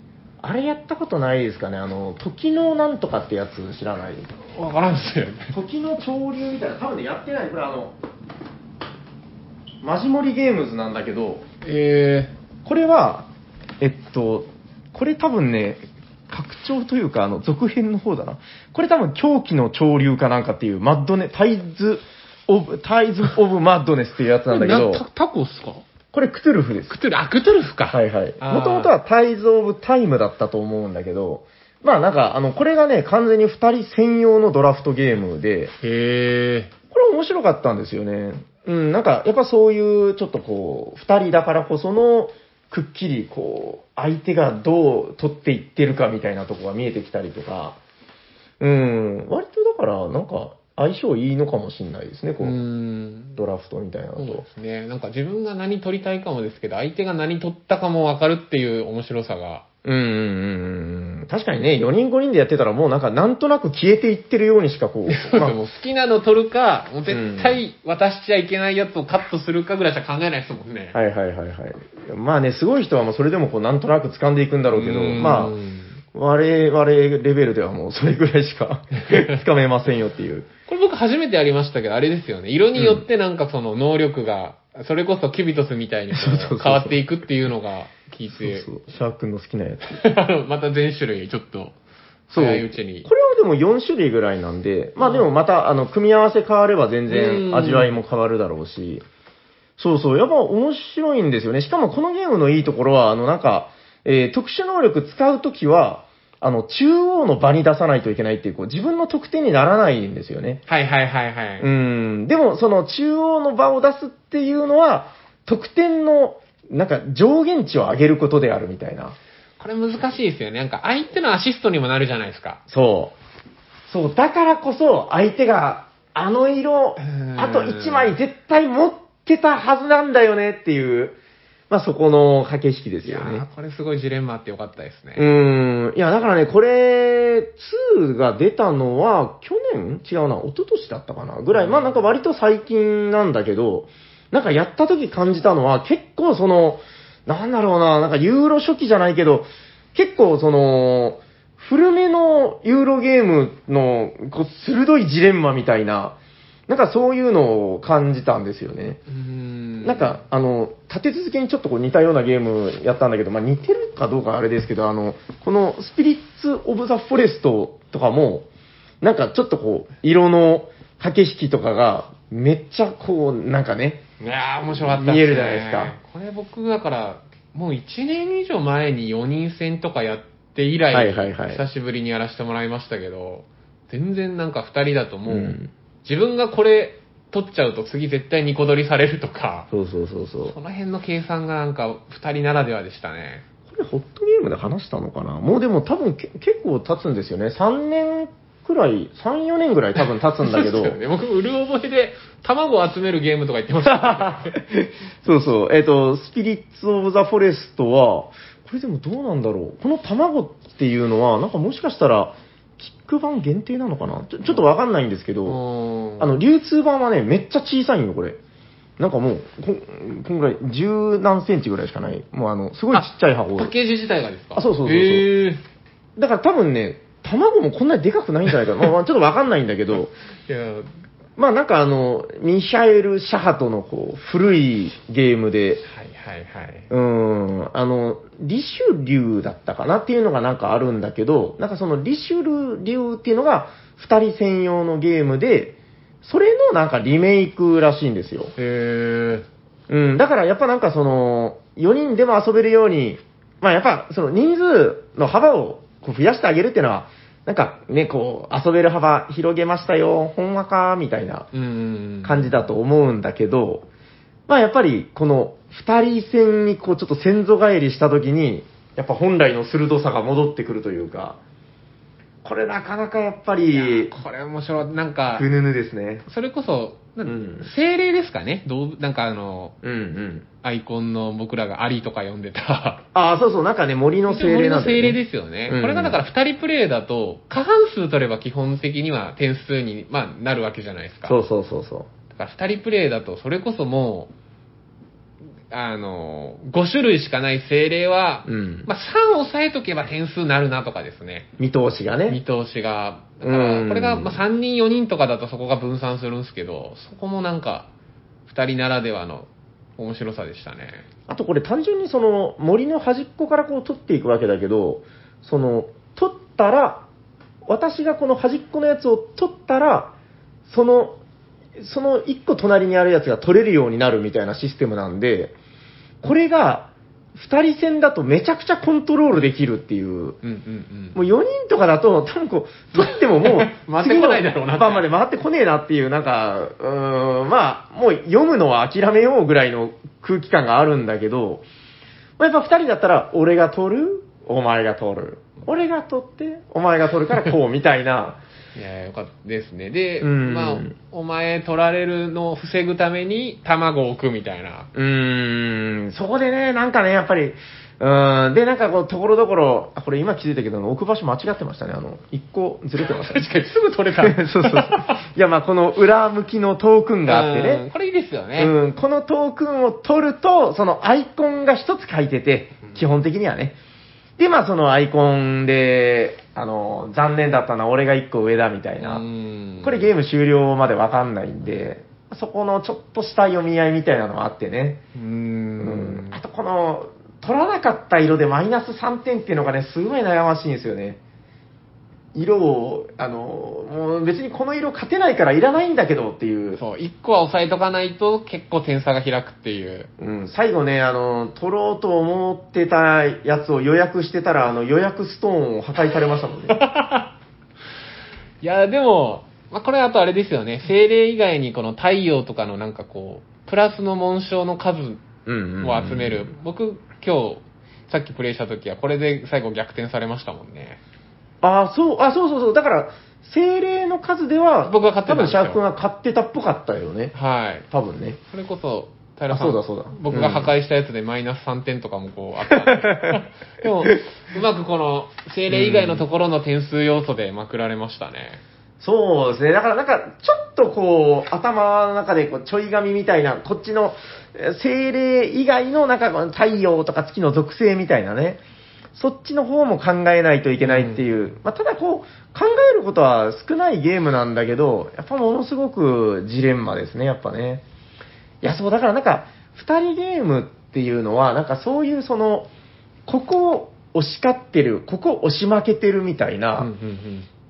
Speaker 2: あれやったことないですかねあの、時のなんとかってやつ知らない
Speaker 1: わからんっすよね。
Speaker 2: 時の潮流みたいな、多分ね、やってない。これあの、マジモリゲームズなんだけど、
Speaker 1: え
Speaker 2: これは、えっと、これ多分ね、拡張というか、あの、続編の方だな。これ多分、狂気の潮流かなんかっていう、マッドネ、タイズ・オブ、タイズ・オブ・マッドネスっていうやつ
Speaker 1: ー、
Speaker 2: なんだけど、
Speaker 1: タタコっすか
Speaker 2: これクトゥルフです。
Speaker 1: クトゥル、あ、クトゥルフか。
Speaker 2: はいはい。
Speaker 1: あー
Speaker 2: もともとはタイズ・オブ・タイムだったと思うんだけど、まあなんか、あの、これがね、完全に二人専用のドラフトゲーム
Speaker 1: へ
Speaker 2: で、
Speaker 1: え。
Speaker 2: これ面白かったんですよね。うん、なんか、やっぱそういう、ちょっとこう、二人だからこその、くっきり、こう、相手がどう取っていってるかみたいなとこが見えてきたりとか、うん、割とだから、なんか、相性いいのかもしれないですね、
Speaker 1: う
Speaker 2: こ
Speaker 1: ー
Speaker 2: う、
Speaker 1: ん。
Speaker 2: ドラフトみたいなの
Speaker 1: そう
Speaker 2: と
Speaker 1: で。すね。なんか自分が何取りたいかもですけど、相手が何取ったかもわかるっていう面白さが。
Speaker 2: うん、うんうんうん、確かにね、4人5人でやってたらもうなんか、なんとなく消えていってるようにしか こう、
Speaker 1: そうで
Speaker 2: ますあ
Speaker 1: ねもう好きなの取るか、もう絶対渡しちゃいけないやつをカットするかぐらいしか考えないですもんね。
Speaker 2: はいはいはいはい。まあね、すごい人はもうそれでもこう、なんとなく掴んでいくんだろうけど、
Speaker 1: うーん
Speaker 2: まあ、我々レベルではもうそれぐらいしか掴めませんよっていう。
Speaker 1: これ僕初めてやりましたけど、あれですよね。色によってなんかその能力が、それこそキュビトスみたいにこう
Speaker 2: そうそうそうそう
Speaker 1: 変わっていくっていうのが聞いて、
Speaker 2: そうそう。シャーク君の好きなやつ。
Speaker 1: あの また全種類ちょっと、
Speaker 2: そう
Speaker 1: 早いうちに
Speaker 2: こ。れはでも4種類ぐらいなんで、まあでもまた、あの、組み合わせ変われば全
Speaker 1: う
Speaker 2: 然
Speaker 1: ん
Speaker 2: 味わいも変わるだろうし、そうそう、やっぱ面白いんですよね。しかもこのゲームのいいところは、あの、なんか、えー特殊能力使うときは、あの、中央の場に出さないといけないっていう、こう、自分の得点にならないんですよね。
Speaker 1: はいはいはいは
Speaker 2: う
Speaker 1: い。
Speaker 2: ん、でもその中央の場を出すっていうのは、得点の、なんか上限値を上げることであるみたいな。
Speaker 1: これ難しいですよね。なんか相手のアシストにもなるじゃないですか。
Speaker 2: そう。そう、だからこそ相手が、あの色、
Speaker 1: うん
Speaker 2: あと1枚絶対持ってたはずなんだよねっていう、まあそこの駆け引きです
Speaker 1: いや
Speaker 2: よね
Speaker 1: ー、。これすごいジレンマあってよかったですね。
Speaker 2: うーん。いや、だからね、これ、2が出たのは、去年違うな、一昨年だったかなぐらい。まあなんか割と最近なんだけど、なんかやった時感じたのは、結構その、なんだろうな、なんかユーロ初期じゃないけど、結構その、古めのユーロゲームの、こう、鋭いジレンマみたいな、なんかそういうのを感じたんですよね。
Speaker 1: うーん
Speaker 2: なんか、、あの、立て続けにちょっとこう似たようなゲームやったんだけど、まあ似てるかどうかはあれですけど、あの、このスピリッツ・オブ・ザ・フォレストとかも、なんかちょっとこう、色の駆け引きとかが、めっちゃこう、なんかね、
Speaker 1: いやー面白かったっすね
Speaker 2: 見えるじゃないですか。
Speaker 1: これ僕だから、もう1年以上前に4人戦とかやって以来、
Speaker 2: はいはいはい
Speaker 1: 久しぶりにやらせてもらいましたけど、全然なんか2人だともう、
Speaker 2: うん
Speaker 1: 自分がこれ取っちゃうと次絶対ニコ取りされるとか、
Speaker 2: そうそうそうそう。
Speaker 1: その辺の計算がなんか2人ならではでしたね。
Speaker 2: これホットゲームで話したのかなもうでも多分け結構経つんですよね。3年くらい、3、4年くらい多分経つんだけ
Speaker 1: そ
Speaker 2: ど。
Speaker 1: うですよね 僕、うる覚えで卵を集めるゲームとか言ってました。
Speaker 2: そうそう。えっ、と、スピリッツ・オブ・ザ・フォレストは、これでもどうなんだろう。この卵っていうのは、なんかもしかしたら、キック版限定なのかなちょちょっとわかんないんですけ
Speaker 1: う
Speaker 2: ど、
Speaker 1: ん
Speaker 2: あの、流通版はね、めっちゃ小さいんよ、これ。なんかもう、こん、こんぐらい、十何センチぐらいしかない。もうあの、すごいちっちゃい箱。
Speaker 1: パッケージ自体がですか
Speaker 2: あそうそうそうそう
Speaker 1: へー
Speaker 2: だから多分ね、卵もこんなにでかくないんじゃないかな。まあまあ、ちょっとわかんないんだけど、
Speaker 1: いや、
Speaker 2: まあなんかあの、ミシャエル・シャハトのこう、古いゲームで、
Speaker 1: はいはいはい。
Speaker 2: うーん、あの、リシュリューだったかなっていうのがなんかあるんだけど、なんかそのリシュルリューっていうのが二人専用のゲームで、それのなんかリメイクらしいんですよ。
Speaker 1: へ
Speaker 2: うん、だからやっぱなんかその、4人でも遊べるように、まあやっぱその人数の幅をこう増やしてあげるっていうのは、なんかね、こう、遊べる幅広げましたよ、ほんわか、みたいな
Speaker 1: え。うん。
Speaker 2: 感じだと思うんだけど、まあやっぱりこの二人戦にこうちょっと先祖返りした時に、やっぱ本来の鋭さが戻ってくるというか、これなかなかやっぱ
Speaker 1: いや
Speaker 2: り、
Speaker 1: これ面白い。なんか
Speaker 2: ふ、ぬぬですね。
Speaker 1: それこそ、な
Speaker 2: うん
Speaker 1: 精霊ですかねどう、なんかあの、
Speaker 2: うんうん。
Speaker 1: アイコンの僕らがアリとか呼んでた。
Speaker 2: ああ、そうそう、なんかね、森 の精霊な
Speaker 1: 森の
Speaker 2: んだよね
Speaker 1: 精霊ですよね。
Speaker 2: うん
Speaker 1: これがだから二人プレイだと、過半数取れば基本的には点数に、まあ、なるわけじゃないですか。
Speaker 2: そうそうそうそう。
Speaker 1: だから二人プレイだと、それこそもう、あの、5種類しかない精霊は、
Speaker 2: うん
Speaker 1: まあ、3を抑えとけば点数になるなとかですね。
Speaker 2: 見通しが
Speaker 1: 見
Speaker 2: ね。
Speaker 1: 通しが。だから、
Speaker 2: うん
Speaker 1: これが、まあ、3人4人とかだとそこが分散するんですけど、そこもなんか、2人ならではの面白さでしたね。
Speaker 2: あとこれ単純にその森の端っこからこう取っていくわけだけど、その、取ったら、私がこの端っこのやつを取ったら、その、その一個隣にあるやつが取れるようになるみたいなシステムなんで、これが二人戦だとめちゃくちゃコントロールできるっていう。
Speaker 1: うんうんう。、
Speaker 2: もうん4人とかだと、多分こう、取ってももう
Speaker 1: 回ってこないだろうなって
Speaker 2: 次の番まで回ってこねえなっていう、なんか、うーん、まあ、もう読むのは諦めようぐらいの空気感があるんだけど、まあやっぱ2人だったら、俺が取る、お前が取る。俺が取って、お前が取るからこう、みた いな。
Speaker 1: いや、よかったですね。で、
Speaker 2: うん
Speaker 1: まあ、お前取られるのを防ぐために卵を置くみたい な。
Speaker 2: うーん、そこでね、なんかね、やっぱり、うーん、で、なんかこう、ところどころ、あこれ今気づいたけど、置く場所間違ってましたね。あの、1個ずれてました
Speaker 1: 確
Speaker 2: ね。
Speaker 1: かにすぐ取れた。
Speaker 2: そうそうそう。いや、まあ、この裏向きのトークンがあってね。
Speaker 1: うんこれいいですよね。
Speaker 2: うん、このトークンを取ると、そのアイコンが一つ書いてて
Speaker 1: うん、
Speaker 2: 基本的にはね。で、まあそのアイコンで、あの、残念だったな、俺が一個上だみたいな。これゲー
Speaker 1: ム。
Speaker 2: ム終了までわかんないんで、そこのちょっとした読み合いみたいなのがあってね。
Speaker 1: う
Speaker 2: うん
Speaker 1: ん。
Speaker 2: あとこの、取らなかった色でマイナス3点っていうのがね、すごい悩ましいんですよね。色を、あの、もう別にこの色勝てないからいらないんだけどっていう。
Speaker 1: そう、1個は押さえとかないと結構点差が開くっていう。
Speaker 2: うん、最後ね、あの、取ろうと思ってたやつを予約してたら、あの、予約ストーンを破壊されましたもん ね。
Speaker 1: いや、でも、まあ、これあとあれですよね。精霊以外にこの太陽とかのなんかこう、プラスの紋章の数
Speaker 2: うん
Speaker 1: を集める。。僕、今日、さっきプレイした時はこれで最後逆転されましたもんね。
Speaker 2: あ、そう、あ、そうそうそう。だから、精霊の数では、
Speaker 1: 僕は勝ってた
Speaker 2: 多
Speaker 1: んで
Speaker 2: 分
Speaker 1: す
Speaker 2: シ
Speaker 1: よ
Speaker 2: ャーク君は買ってたっぽかったよね。
Speaker 1: はい。
Speaker 2: 多分ね。
Speaker 1: それこそ、平さん
Speaker 2: あそうだそうだ
Speaker 1: 僕が破壊したやつでマイナス3点とかもこうあ ったんで。でも、うまくこの、精霊以外のところの点数要素でまくられましたね。
Speaker 2: そうですね。だからなんか、ちょっとこう、頭の中でこうちょい髪みたいな、こっちの、えー精霊以外の、なんかこの太陽とか月の属性みたいなね、そっちの方も考えないといけないっていう。まあ、ただこう、考えることは少ないゲームなんだけど、やっぱものすごくジレンマですね、やっぱね。いや、そう、だからなんか、二人ゲームっていうのは、なんかそういうその、ここを押し勝ってる、ここを押し負けてるみたいな、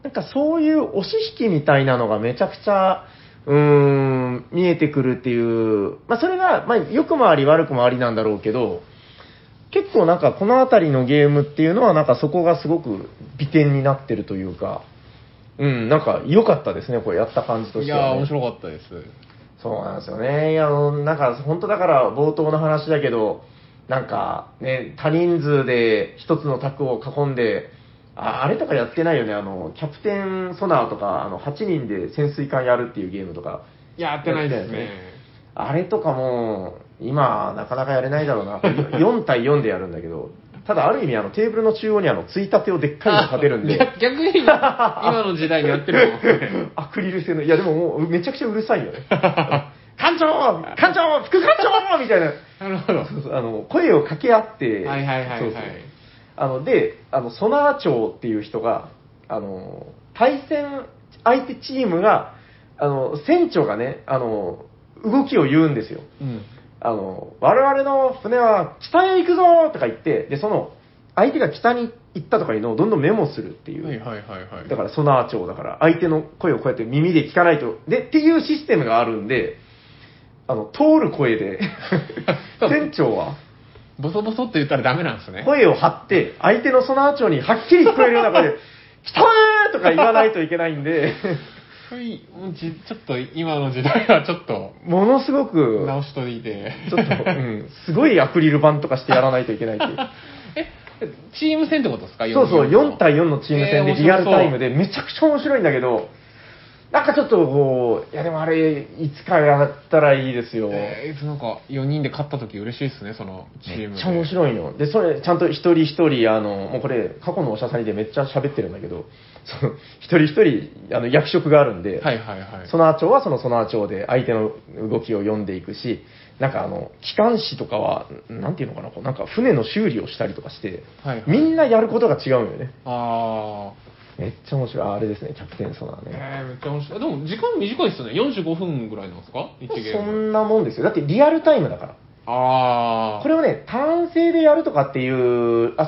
Speaker 2: なんかそういう押し引きみたいなのがめちゃくちゃ、うーん、見えてくるっていう、まあそれが、まあ良くもあり悪くもありなんだろうけど、結構なんかこのあたりのゲームっていうのはなんかそこがすごく美点になってるというか、うん、なんか良かったですね、これやった感じと
Speaker 1: い
Speaker 2: しては、ね。
Speaker 1: やー、面白かったです。
Speaker 2: そうなんですよね。いや、あのなんか、本当だから冒頭の話だけど、なんか、ね、多人数で一つの卓を囲んで、ああれとかやってないよね、あの、キャプテンソナーとか、あの、8人で潜水艦やるっていうゲームとか、
Speaker 1: いや、やってないですね。
Speaker 2: あれとかも、今、なかなかやれないだろうな。4対4でやる んだけど、ただある意味、あの、テーブルの中央にあの、ついたてをでっかいの立てるんで、
Speaker 1: あ逆逆に今、今の時代にやってるもん。
Speaker 2: アクリル製の、いやでももうめちゃくちゃうるさいよね。 艦長艦長副艦長みたいな。
Speaker 1: なるほど。
Speaker 2: そうそうあの声を掛け合って、
Speaker 1: はいはいはいはい
Speaker 2: そうそうあのであの、ソナー長っていう人が、あの対戦相手チームが、あの船長がねあの、動きを言うんですよ。
Speaker 1: うん。
Speaker 2: あの、我々の船は北へ行くぞとか言って、で、その、相手が北に行ったとかいうのをどんどんメモするっていう。
Speaker 1: はいはいはいはい。
Speaker 2: だからソナー長だから、相手の声をこうやって耳で聞かないと、で、っていうシステムがあるんで、あの、通る 声で、船長は
Speaker 1: ボソボソって言ったらダメなんですね。
Speaker 2: 声を張って、相手のソナー長にはっきり聞こえるような声で、 来たーとか言わないといけないんで、
Speaker 1: はいうんちちょっと今の時代はちょっと
Speaker 2: ものすごく、
Speaker 1: 直しといて。
Speaker 2: ちょっと、うん、すごいアクリル板とかしてやらないといけないっていう。
Speaker 1: え、チーム戦ってことですか
Speaker 2: そうそう、4対4のチーム戦でリアルタイム
Speaker 1: で。
Speaker 2: でめちゃくちゃ面白いんだけど、なんかちょっとこう、いやでもあれ、いつかやったらいいですよ。
Speaker 1: えー、なんか4人で勝った時嬉しいですね、そのチームで。
Speaker 2: めっちゃ面白いの。で、それ、ちゃんと一人一人、あの、もうこれ、過去のおしゃさりでめっちゃ喋ってるんだけど、その、一人一人、あの、役職があるんで、
Speaker 1: はいはいはい。
Speaker 2: ソナー長はそのソナー長で相手の動きを読んでいくし、なんかあの、機関士とかは、なんていうのかな、こうなんか船の修理をしたりとかして、
Speaker 1: はいはい
Speaker 2: みんなやることが違うんよね。
Speaker 1: ああ。
Speaker 2: めっちゃ面白い。ああれですね、キャプテンソナーね。
Speaker 1: えー、めっちゃ面白い。でも、時間短いっすね。45分ぐらいなんですか一ゲ
Speaker 2: そ
Speaker 1: ーム。
Speaker 2: んなもんですよ。だってリアルタイムだから。
Speaker 1: ああ。
Speaker 2: これをね、単性でやるとかっていう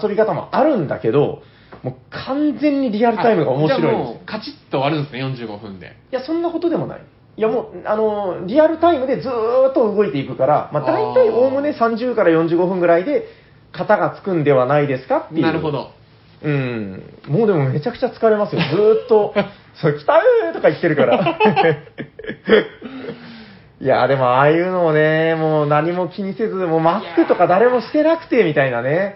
Speaker 2: 遊び方もあるんだけど、もう完全にリアルタイムが面白いんで
Speaker 1: あ
Speaker 2: す
Speaker 1: じゃあ
Speaker 2: よ
Speaker 1: もう、。カチッと終わるんですね、45分で。
Speaker 2: いや、そんなことでもない。いや、もう、あの、リアルタイムでずーっと動いていくから、まあ、大体
Speaker 1: あー
Speaker 2: おおむね30から45分ぐらいで、型がつくんではないですかっていう。
Speaker 1: なるほ。ど。
Speaker 2: うん。もうでもめちゃくちゃ疲れますよ。ずーっと、 そう、来たーとか言ってるから。 いや、でもああいうのをね、もう何も気にせず、もうマスクとか誰もしてなくて、みたいなね。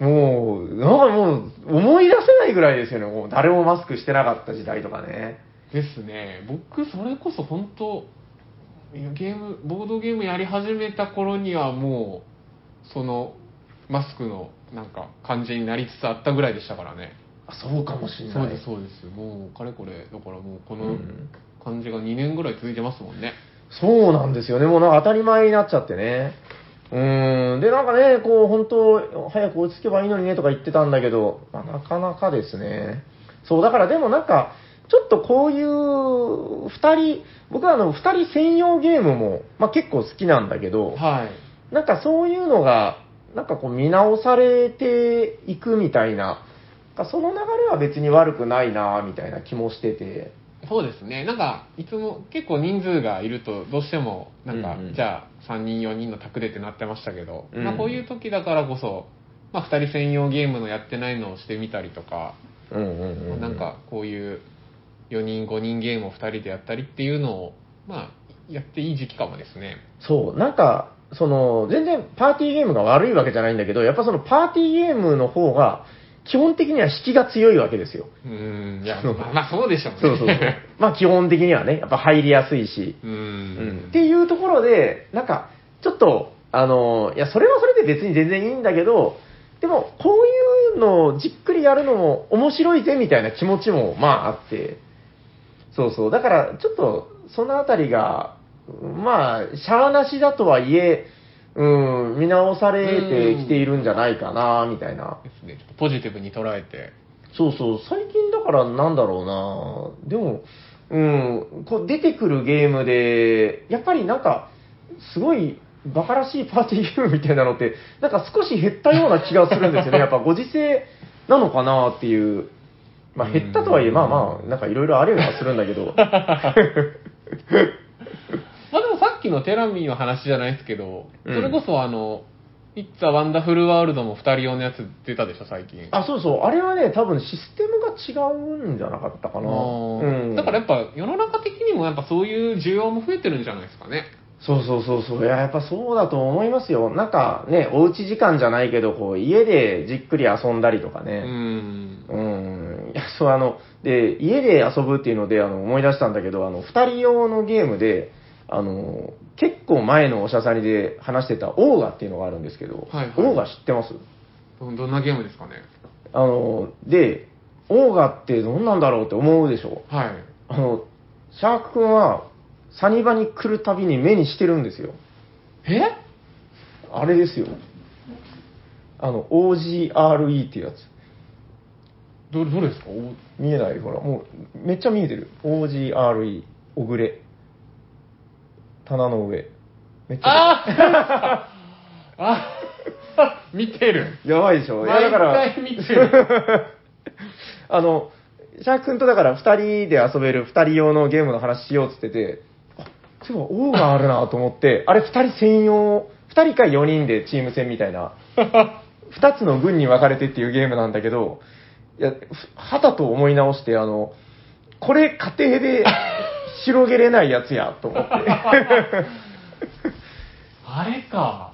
Speaker 2: もう、なんかもう、思い出せないぐらいですよね。もう誰もマスクしてなかった時代とかね。
Speaker 1: ですね。僕、それこそ本当、いやゲーム、ボードゲームやり始めた頃にはもう、その、マスクの、なんか、感じになりつつあったぐらいでしたからね。
Speaker 2: あそうかもしれない。
Speaker 1: そうです、そうです。もう、かれこれ、だからもう、こ
Speaker 2: う
Speaker 1: の
Speaker 2: ん
Speaker 1: 感じが2年ぐらい続いてますもんね。
Speaker 2: そうなんですよね。もうなんか当たり前になっちゃってね。うーん。で、なんかね、こう、本当早く落ち着けばいいのにねとか言ってたんだけど、まあ、なかなかですね。そう、だからでもなんか、ちょっとこういう、二人、僕はあの、二人専用ゲームも、まあ、結構好きなんだけど、
Speaker 1: はい。
Speaker 2: なんかそういうのが、なんかこう見直されていくみたいな、なんかその流れは別に悪くないなみたいな気もしてて。
Speaker 1: そうですね。なんか、いつも結構人数がいると、どうしても、なんか、
Speaker 2: うんうん
Speaker 1: じゃあ、3人、4人の宅でってなってましたけど、
Speaker 2: うん
Speaker 1: まあ、こういう時だからこそ、まあ、2人専用ゲームのやってないのをしてみたりとか、
Speaker 2: うんうんうん、うん。
Speaker 1: なんか、こういう4人、5人ゲームを2人でやったりっていうのを、まあ、やっていい時期かもですね。
Speaker 2: そう、なんか、その、全然パーティーゲームが悪いわけじゃないんだけど、やっぱそのパーティーゲームの方が、基本的には引きが強いわけですよ。
Speaker 1: うーん、いや、
Speaker 2: そう
Speaker 1: まあ、まあそうでしょうね。
Speaker 2: そうそうそう。 まあ基本的にはね、やっぱ入りやすいし。
Speaker 1: うー
Speaker 2: うんん。っていうところで、なんか、ちょっと、あの、いや、それはそれで別に全然いいんだけど、でも、こういうのをじっくりやるのも面白いぜみたいな気持ちも、まああって。そうそう。だから、ちょっと、そのあたりが、まあ、しゃーなしだとはいえ、うん、見直されてきているんじゃないかな、みたいな。
Speaker 1: ですね。ちょっとポジティブに捉えて。
Speaker 2: そうそう、最近だからなんだろうなでも、うん、こう出てくるゲームで、やっぱりなんか、すごい、馬鹿らしいパーティーゲームみたいなのって、なんか少し減ったような気がするんで すよね。やっぱご時世なのかなっていう。まあ減ったとはいえ、
Speaker 1: うん
Speaker 2: まあまあ、なんかいろいろあるようなするんだけ ど。
Speaker 1: まあでもさっきのテラミーの話じゃないですけど、そ
Speaker 2: うん
Speaker 1: れこそあの、It's a Wonderful World も二人用のやつ出たでしょ、最近。
Speaker 2: あ、そうそう、あれはね、多分システムが違うんじゃなかったかな。うん。
Speaker 1: だからやっぱ世の中的にもやっぱそういう需要も増えてるんじゃないですかね。
Speaker 2: そうそうそうそう。いや、やっぱそうだと思いますよ。なんかね、おうち時間じゃないけど、こう、家でじっくり遊んだりとか
Speaker 1: う
Speaker 2: ね。
Speaker 1: ん。
Speaker 2: うん。いや、そう、あの、で、家で遊ぶっていうので、あの、思い出したんだけど、あの、二人用のゲームで、あの、結構前のおしゃさりで話してた、オーガっていうのがあるんですけど、
Speaker 1: はいはい
Speaker 2: オーガ知ってます
Speaker 1: どどんなゲームですかね。
Speaker 2: あの、で、オーガってどんなんだろうって思うでしょ
Speaker 1: はい。
Speaker 2: あの、シャーク君は、サニバに来るたびに目にしてるんですよ。
Speaker 1: え
Speaker 2: あれですよ。あの、OGRE っていうやつ。
Speaker 1: ど、どれですかお
Speaker 2: 見えないほら、もう、めっちゃ見えてる。OGRE、おぐれ。棚の上。めっちゃ
Speaker 1: あーあ見て る。
Speaker 2: 見える。やばいでしょ。いや、だ
Speaker 1: 毎
Speaker 2: から
Speaker 1: 回、見てる。
Speaker 2: あの、シャーク君とだから2人で遊べる2人用のゲームの話しようっつってて、あ、そういえば、王があるなと思って、あれ2人専用、2人か4人でチーム戦みたいな。2つの軍に分かれてっていうゲームなんだけど、いや、ふはたと思い直して、あの、これ家庭で広げれないやつや、と 思って。
Speaker 1: あれか。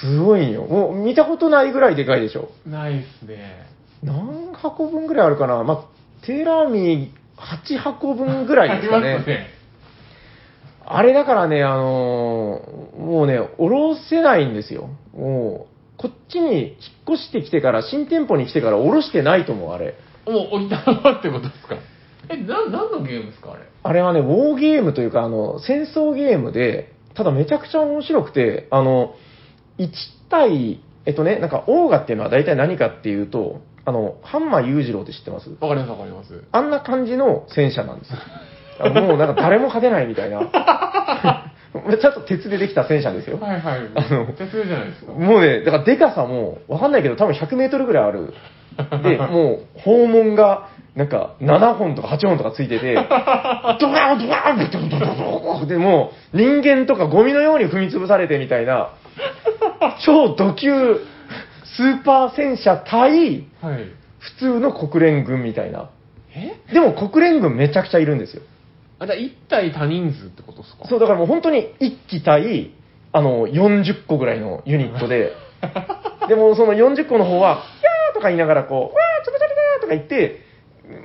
Speaker 2: すごいんよ。もう見たことないぐらいでかいでしょ。
Speaker 1: ないっすね。
Speaker 2: 何箱分ぐらいあるかなまあ、テラミ8箱分ぐらいですか
Speaker 1: あります
Speaker 2: ね。あれだからね、あのーもうね、おろせないんですよ。もう、こっちに引っ越してきてから、新店舗に来てからおろしてないと思う、あれ。
Speaker 1: もう置いたままってことですかえ、な、何のゲームですかあれ。
Speaker 2: あれはね、ウォーゲームというか、あの、戦争ゲームで、ただめちゃくちゃ面白くて、あの、1対、えっとね、なんか、オーガっていうのは大体何かっていうと、あの、ハンマー裕次郎って知ってます
Speaker 1: わかりますわかります。
Speaker 2: あんな感じの戦車なんですよ。あのもうなんか誰も勝てないみたいな。ちゃんと鉄でできた戦車ですよ。
Speaker 1: はいはい。
Speaker 2: あの
Speaker 1: めっちゃ強いじゃないですか。
Speaker 2: もうね、だからでかさも、わかんないけど多分100メートルぐらいある。で、もう、訪問が、なんか、7本とか8本とかついてて、ドワーン、ドワーン、ドドドドドドで、もう、人間とかゴミのように踏み潰されてみたいな、超ド級、スーパー戦車対、
Speaker 1: はい。
Speaker 2: 普通の国連軍みたいな。
Speaker 1: え
Speaker 2: でも国連軍めちゃくちゃいるんですよ。
Speaker 1: あ、じゃあ1対多人数ってことですか
Speaker 2: そう、だからもう本当に1機対、あの、40個ぐらいのユニットで、 でもその40個の方は、キャーとか言いながらこう、わー、ちょびちょびだーとか言って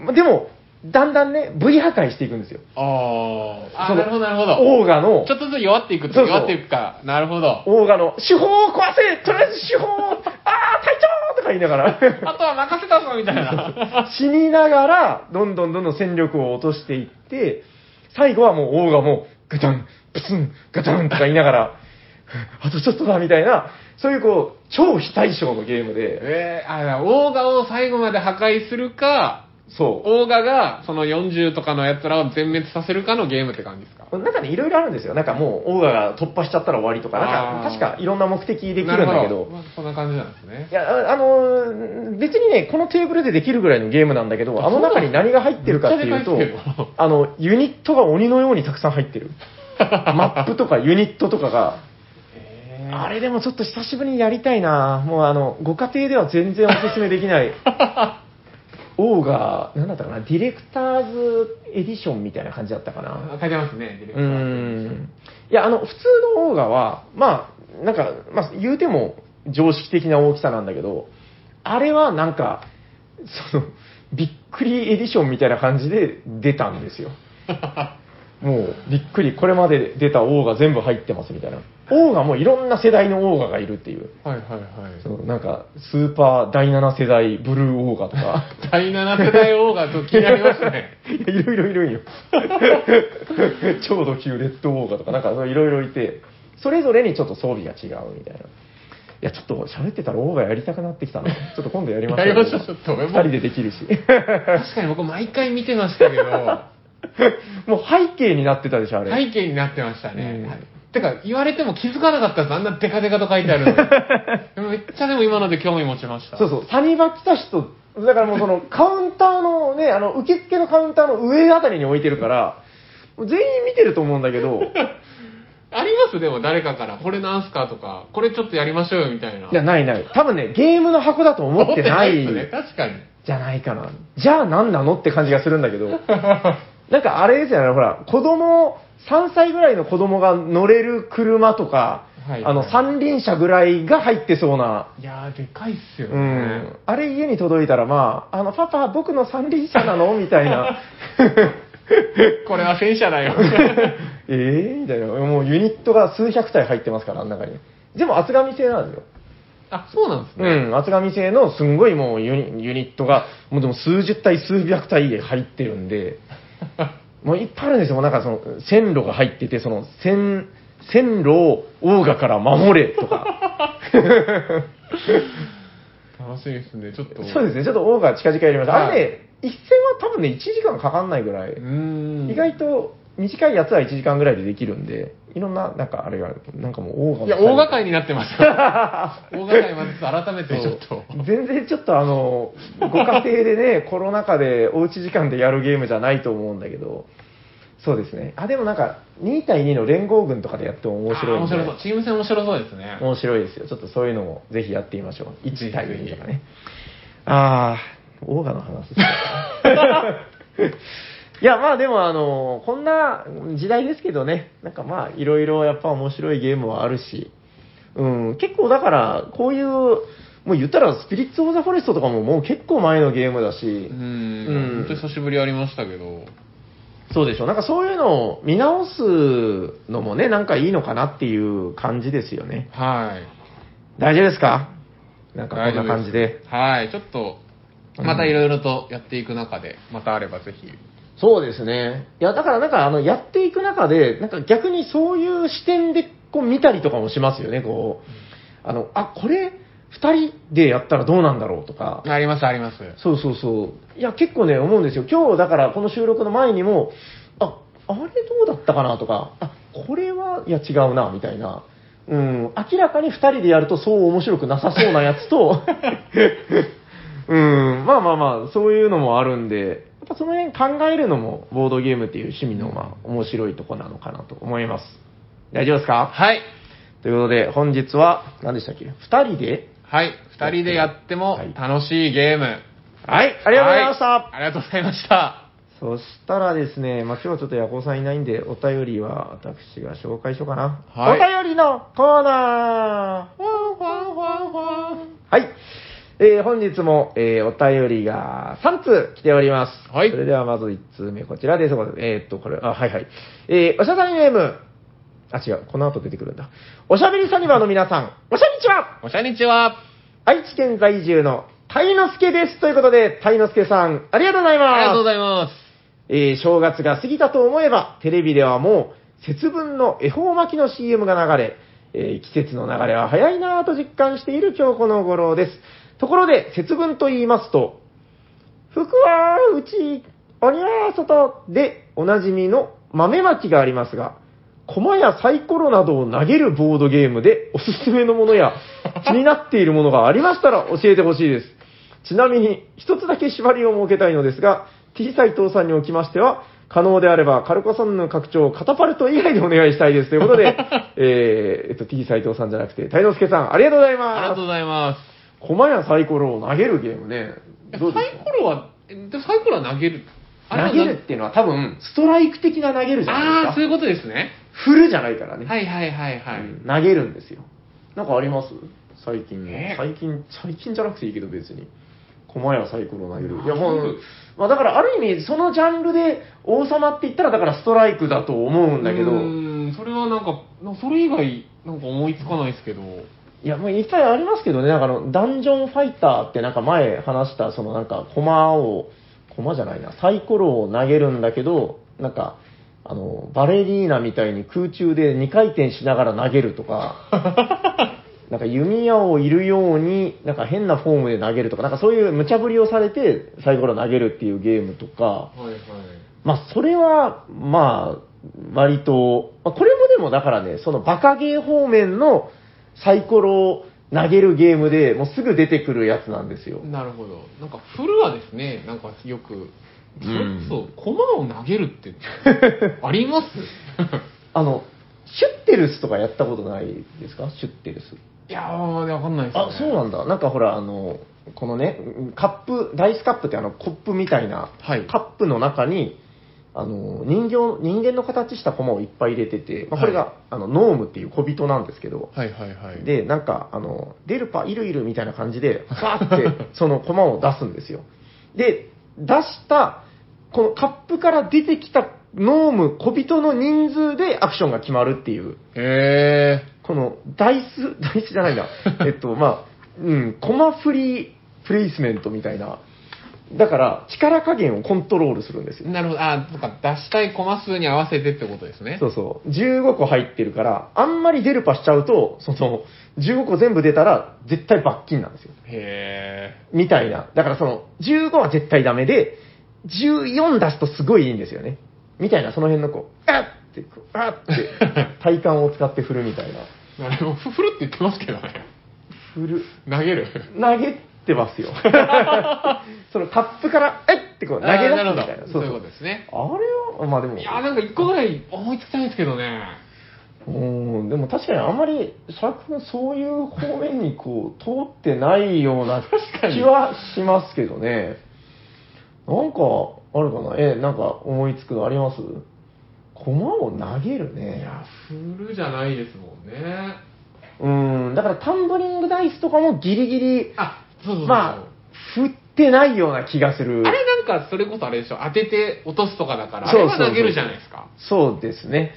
Speaker 2: ま、でも、だんだんね、V 破壊していくんですよ。
Speaker 1: あーあ
Speaker 2: そ
Speaker 1: ー、
Speaker 2: の
Speaker 1: なるほどなるほど。
Speaker 2: オーガの
Speaker 1: ちょ、っとずつ弱っていく
Speaker 2: そ
Speaker 1: と
Speaker 2: うそう
Speaker 1: 弱っていくか。なるほど。
Speaker 2: オーガの、手法を壊せとりあえず手法を、あー、隊長とか言いながら、
Speaker 1: あとは任せたぞみたい な。
Speaker 2: 死にながら、どんどんどんどん戦力を落としていって、最後はもうオーガも、ガタン、プスン、ガタンとか言いながら、あとちょっとだみたいな、そういうこう、超非対称のゲームで、
Speaker 1: えー、あ、だからオーガを最後まで破壊するか、
Speaker 2: そう。
Speaker 1: オーガがその40とかのやつらを全滅させるかのゲームって感じですか
Speaker 2: なんかね、いろいろあるんですよ。なんかもう、オーガが突破しちゃったら終わりとか、なんか、
Speaker 1: あー
Speaker 2: 確かいろんな目的できるんだけ
Speaker 1: な
Speaker 2: ど
Speaker 1: ほ、まあそんな感じなんですね
Speaker 2: い。や、ああのー、別にね、このテーブルでできるぐらいのゲームなんだけど、あの中に何が入ってるかっていうと
Speaker 1: めっちゃでかいですけど、
Speaker 2: あの、ユニットが鬼のようにたくさん入ってる。マップとかユニットとかが、
Speaker 1: えー
Speaker 2: あれでもちょっと久しぶりにやりたいなもうあの、ご家庭では全然おすすめでき ない。オーガ、なんだったかな、ディレクターズエディションみたいな感じだったかな。
Speaker 1: あ書いてますね、ディレクタ
Speaker 2: うー
Speaker 1: ー
Speaker 2: んいや、あの、普通のオーガは、まあ、なんか、まあ、言うても常識的な大きさなんだけど、あれはなんか、その、びっくりエディションみたいな感じで出たんですよ。もう、びっくり、これまで出たオーガ全部入ってますみたいな。オーガもいろんな世代のオーガがいるっていう。
Speaker 1: はいはいはい
Speaker 2: そ。のなんか、スーパー第7世代ブルーオーガとか。
Speaker 1: 第7世代オーガと気になりますね。
Speaker 2: いやいろいろいるんよ。 超ド級レッドウォーカーとか、なんかいろいろいて、それぞれにちょっと装備が違うみたいな。いや、ちょっと喋ってたらオーガやりたくなってきたな。ちょっと今度やりましょう。
Speaker 1: やりましょうちょっと
Speaker 2: 二人でできるし。
Speaker 1: 確かに僕毎回見てましたけど、
Speaker 2: もう背景になってたでしょ、あれ。
Speaker 1: 背景になってましたね。
Speaker 2: うん
Speaker 1: はいてか、言われても気づかなかったです。あんなデカデカと書いてあるの でもめっちゃでも今ので興味持ちました。
Speaker 2: そうそう、サニバ来た人、だからもう そのカウンターのね、あの、受付のカウンターの上あたりに置いてるから、全員見てると思うんだ けど、
Speaker 1: ありますでも誰かから、これなんすかとか、これちょっとやりましょうよみたいな。
Speaker 2: いや、ないない。多分ね、ゲームの箱だと思っ てない。
Speaker 1: 思ってないですね。確 かに。
Speaker 2: じゃないかな。じゃあ何なのって感じがするんだけど。なんかあれですよね、ほら、子供、3歳ぐらいの子供が乗れる車とか、
Speaker 1: はい
Speaker 2: あの、三輪車ぐらいが入ってそうな、
Speaker 1: いやー、でかいっすよ
Speaker 2: う
Speaker 1: ね。
Speaker 2: ん。あれ家に届いたら、まあ、あの、パパ、僕の三輪車なのみたい な。
Speaker 1: これは戦車 だよ。
Speaker 2: えー、みたいな。もうユニットが数百体入ってますから、あの中に。でも厚紙製なんですよ。
Speaker 1: あ、そうなんですね。
Speaker 2: うん、厚紙製のすんごいもうユニユニットが、もうでも数十体、数百体入ってる んで、もういっぱいあるんですよ、もうなんかその線路が入ってて、その線線路をオーガから守れとか、
Speaker 1: 楽しいですね、ちょっと。
Speaker 2: そうですね、ちょっとオーガ近々やりました、
Speaker 1: はい
Speaker 2: あれね、一戦は多分ね、1時間かかんないぐらい、
Speaker 1: うーん。
Speaker 2: 意外と短いやつは1時間ぐらいでできるんで、いろんな、なんかあれがある、なんかもうオーガ
Speaker 1: いや、大掛かりになって ますよ。大掛かりまで改めてちょっと。
Speaker 2: 全然ちょっとあの、ご家庭 でね、コロナ禍でおうち時間でやるゲームじゃないと思うんだけど、そうですね。あ、でもなんか、2対2の連合軍とかでやっても面白
Speaker 1: あ
Speaker 2: い
Speaker 1: ー面
Speaker 2: んで、
Speaker 1: 白そう。チーム戦面白そうですね。
Speaker 2: 面白いですよ。ちょっとそういうのもぜひやってみましょう。
Speaker 1: ぜ
Speaker 2: 1
Speaker 1: ひ
Speaker 2: 対2とかね。あー、オーガの話ですね いや、まあでもあの、こんな時代ですけどね、なんかまあいろいろやっぱ面白いゲームはあるし、うん、結構だから、こういう、もう言ったらスピリッツ・オブ・ザ・フォレストとかももう結構前のゲームだし
Speaker 1: う、ん
Speaker 2: うん。
Speaker 1: 本当に久しぶりありましたけど。
Speaker 2: そうでしょ。なんかそういうのを見直すのもね、なんかいいのかなっていう感じですよね。
Speaker 1: はい。
Speaker 2: 大丈夫ですかなんかこんな感じで。
Speaker 1: はい。ちょっと、またいろいろとやっていく中で、またあればぜひ。
Speaker 2: そうですね。いや、だからなんか、あの、やっていく中で、なんか逆にそういう視点で、こう見たりとかもしますよね、こう。あの、あ、これ、二人でやったらどうなんだろうとか。
Speaker 1: ありますあります。
Speaker 2: そうそうそう。いや、結構ね、思うんですよ。今日、だから、この収録の前にも、あ、あれどうだったかなとか、あ、これは、いや、違うな、みたいな。うん、明らかに2人でやるとそう面白くなさそうなやつと、うん、まあまあまあ、そういうのもあるんで、やっぱその辺考えるのも、ボードゲームっていう趣味の、まあ、面白いとこなのかなと思います。大丈夫ですか
Speaker 1: はい。
Speaker 2: ということで、本日は、何でしたっけ ?2 人で
Speaker 1: はい。二人でやっても
Speaker 2: はい
Speaker 1: 楽しいゲーム。
Speaker 2: はい、ありがとうございました、
Speaker 1: はありがとうございました。
Speaker 2: そしたらですね、まあ、今日はちょっとヤコウさんいないんで、お便りは私が紹介しようかな。
Speaker 1: はい
Speaker 2: お便りのコーナーはい。えー本日も、えーお便りが3通来ております。
Speaker 1: はい
Speaker 2: それではまず1通目、こちらです。えーっと、これ、あ、はいはい。えーおしゃべりネーム。あ、違う。この後出てくるんだ。おしゃべりサニバの皆さん、おしゃにちは
Speaker 1: おしゃにちは。
Speaker 2: 愛知県在住のタイノスケです。ということで、タイノスケさん、ありがとうございます。
Speaker 1: ありがとうございます。
Speaker 2: えー正月が過ぎたと思えば、テレビではもう、節分の恵方巻きの CM が流れ、えー季節の流れは早いなぁと実感している今日この頃です。ところで、節分と言いますと、福はうち、鬼は外でおなじみの豆まきがありますが、駒やサイコロなどを投げるボードゲームでおすすめのも のや気になっているものがありましたら教えてほしいです。ちなみに一つだけ縛りを設けたいのですが、T 斎藤さんにおきましては、可能であればカルコソンヌ拡張カタパルト以外でお願いしたいですというこ とで、えー、えっと T 斎藤さんじゃなくて、タイノスケさんありがとうござい
Speaker 1: ありが
Speaker 2: ま
Speaker 1: とうご
Speaker 2: す。
Speaker 1: ざいます。
Speaker 2: 駒やサイコロを投げるゲームね。
Speaker 1: サイ
Speaker 2: どうですか
Speaker 1: コロは、えでサイコロは投げる。あれは
Speaker 2: 投げるっていうのは多分、ストライク的な投げるじゃ
Speaker 1: あ
Speaker 2: な
Speaker 1: あ、
Speaker 2: い
Speaker 1: そう
Speaker 2: で
Speaker 1: い
Speaker 2: す
Speaker 1: うことですね。
Speaker 2: か。振るじゃないからね。
Speaker 1: はいはいはいはい。
Speaker 2: うん投げるんですよ。なんかあります最近
Speaker 1: え
Speaker 2: 最近、最近じゃなくていいけど別に。駒やサイコロ投げる。いや
Speaker 1: あ
Speaker 2: も
Speaker 1: そう
Speaker 2: う、まあだからある意味そのジャンルで王様って言ったらだからストライクだと思うんだけど、
Speaker 1: うーんそれはなんか、なそれ以外、なんか思いつかないですけど。
Speaker 2: いやもういっぱいありますけどね、なんかあの、ダンジョンファイターってなんか前話したそのなんか駒を、駒じゃないな、サイコロを投げるんだけど、なんか、あの、バレリーナみたいに空中で2回転しながら投げるとか、なんか弓矢をいるように、なんか変なフォームで投げるとか、なんかそういう無茶ぶりをされてサイコロ投げるっていうゲームとか、
Speaker 1: はいはい。
Speaker 2: まあそれは、まあ、割と、まあこれもでもだからね、そのバカゲー方面のサイコロを投げるゲームでもうすぐ出てくるやつなんですよ。
Speaker 1: なるほど。なんか、フルはですね、なんかよく、それ
Speaker 2: うん
Speaker 1: こそ、駒を投げる って、あります
Speaker 2: あの、シュッテルスとかやったことないですかシュッテルス。
Speaker 1: いやー、わかんないですね。
Speaker 2: あ、そうなんだ。なんかほら、あの、このね、カップ、ダイスカップってあの、コップみたいな、
Speaker 1: はい
Speaker 2: カップの中に、あの、人形、人間の形した駒をいっぱい入れてて、まあ、これが、
Speaker 1: は
Speaker 2: あの、ノームっていう小人なんですけど、
Speaker 1: はいはいはい。
Speaker 2: で、なんか、あの、出るパ、いるいるみたいな感じで、バーって、その駒を出すんですよ。で、出した、このカップから出てきたノーム、小人の人数でアクションが決まるっていう。
Speaker 1: へ
Speaker 2: この、ダイス、ダイスじゃないな。えっと、まあ、うん、コマフリープレイスメントみたいな。だから、力加減をコントロールするんです
Speaker 1: ー。
Speaker 2: よ。
Speaker 1: なるほど。あー、そうか、出したい駒数に合わせてってことですね。
Speaker 2: そうそう。15個入ってるから、あんまり出るパしちゃうと、その、15個全部出たら、絶対罰金なんですよ。
Speaker 1: へ
Speaker 2: みたいな。だからその、15は絶対ダメで、14出すとすごいいいんですよね。みたいな、その辺のこう、あっって、こうあっって、 体幹を使って振るみたいな。
Speaker 1: ー。なるほど。フルって言ってますけどね。
Speaker 2: 振る。
Speaker 1: 投げる。
Speaker 2: 投げてま すよ。そのカップから、えっってこう投げ出すみ
Speaker 1: あーな
Speaker 2: たい
Speaker 1: る
Speaker 2: な。
Speaker 1: ほど。そういうことですね。
Speaker 2: あれは、まあでも、
Speaker 1: いやーなんか一個ぐらい思いつきたいんですけどね。
Speaker 2: うん、でも確かにあんまり、作品そういう方面にこう、通ってないよう な
Speaker 1: かに
Speaker 2: 気はしますけどね。なんか、あるかなえ、なんか思いつくのあります駒を投げる
Speaker 1: い
Speaker 2: ね。
Speaker 1: や、フルじゃないですもんね。
Speaker 2: うん、だからタンブリングダイスとかもギリギリ、
Speaker 1: あ、そうそうそうそう。
Speaker 2: まあ、振ってないような気がする。
Speaker 1: あれなんかそれこそあれでしょ、当てて落とすとかだから、あ
Speaker 2: そ
Speaker 1: れ
Speaker 2: うそうそう
Speaker 1: は投げるじゃないですか。
Speaker 2: そうですね。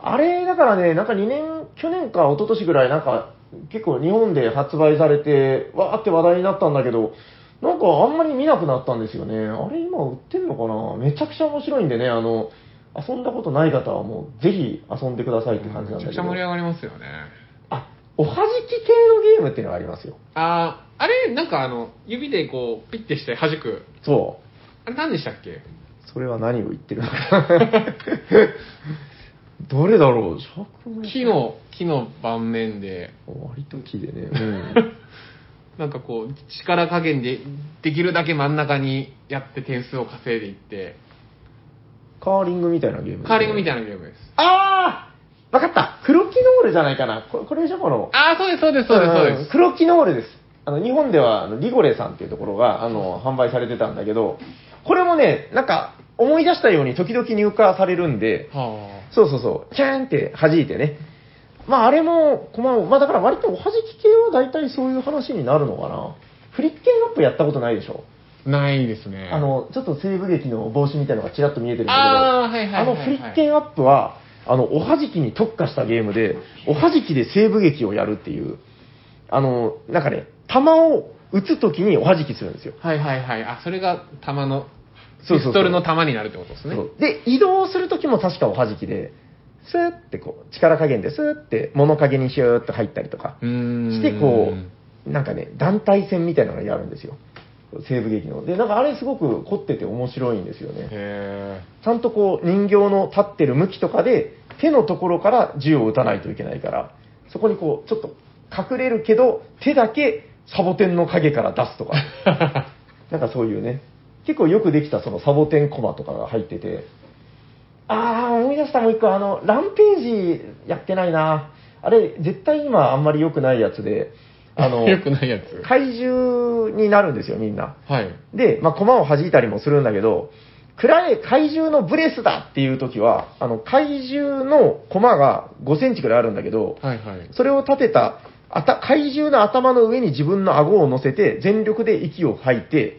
Speaker 2: あれ、だからね、なんか2年、去年か一昨年ぐらい、なんか、結構日本で発売されて、わーって話題になったんだけど、なんかあんまり見なくなったんですよね。あれ今売ってんのかなめちゃくちゃ面白いんでね、あの、遊んだことない方はもうぜひ遊んでくださいって感じな
Speaker 1: め
Speaker 2: んだ
Speaker 1: ちゃく
Speaker 2: け
Speaker 1: ち
Speaker 2: ど。
Speaker 1: ゃ盛り上がりますよね。
Speaker 2: あ、おはじき系のゲームっていうのがありますよ。
Speaker 1: あー、あれ、なんかあの、指でこう、ピッてして弾く。
Speaker 2: そ
Speaker 1: あれ何でしたっけ
Speaker 2: う。それは何を言ってるのか。 どれだろう
Speaker 1: 木。の、木の盤面で、
Speaker 2: 割と木でね。うん。
Speaker 1: なんかこう、力加減で、できるだけ真ん中にやって点数を稼いでいって、
Speaker 2: カーリングみたいなゲーム、
Speaker 1: カーリングみた
Speaker 2: い
Speaker 1: いなゲームです。
Speaker 2: あーわかった黒キノールじゃないかな。これこれでしょこの。
Speaker 1: ああ、そうです、そうです、そうです、そうで
Speaker 2: ん
Speaker 1: す。
Speaker 2: 黒キノールです。あの、日本では、あのリゴレさんっていうところが、あの、販売されてたんだけど、これもね、なんか、思い出したように時々入荷されるんで、
Speaker 1: は
Speaker 2: そうそうそう、キャーンって弾いてね。まあ、あれも、駒を、まあ、だから割とおはじき系は大体そういう話になるのかな。フリッケンアップやったことないでしょ
Speaker 1: あ。ないですね。
Speaker 2: あ、の、ちょっと西部劇の帽子みたいのがちらっと見えてるんだけど、
Speaker 1: ああ、はいはい
Speaker 2: あ
Speaker 1: はい、
Speaker 2: の
Speaker 1: はい。
Speaker 2: フリッケンアップは、あの、おはじきに特化したゲームで、おはじきで西部劇をやるっていう、あの、なんかね、弾を撃つときにおはじきするんですよ。
Speaker 1: はいはいはい。あ、それが弾の、
Speaker 2: そ
Speaker 1: ピ
Speaker 2: うそうそう
Speaker 1: ストルの弾になるってことですね。
Speaker 2: そうで、移動するときも確かおはじきで、スーってこう、力加減でスーって物陰にシューって入ったりとか、
Speaker 1: うーん。
Speaker 2: してこう、なんかね、団体戦みたいなのをやるんですよ。西部劇の。で、なんかあれすごく凝ってて面白いんですよね。
Speaker 1: へ
Speaker 2: ちゃんとこう人形の立ってる向きとかで手のところから銃を撃たないといけないから、そこにこうちょっと隠れるけど手だけサボテンの影から出 すとか、
Speaker 1: え。
Speaker 2: なんかそういうね、結構よくできたそのサボテンコマとかが入ってて、あー、思い出したもう一個、あの、ランページやってないな。あれ、絶対今あんまり良くないやつで、 あ の、
Speaker 1: よくないやつ。
Speaker 2: 怪獣になるんですよ、みんな。
Speaker 1: はい。
Speaker 2: で、まあ、駒を弾いたりもするんだけど、暗い怪獣のブレスだっていう時は、あの、怪獣の駒が5センチくらいあるんだけど、
Speaker 1: はいはい。
Speaker 2: それを立てた、あた怪獣の頭の上に自分の顎を乗せて、全力で息を吐いて、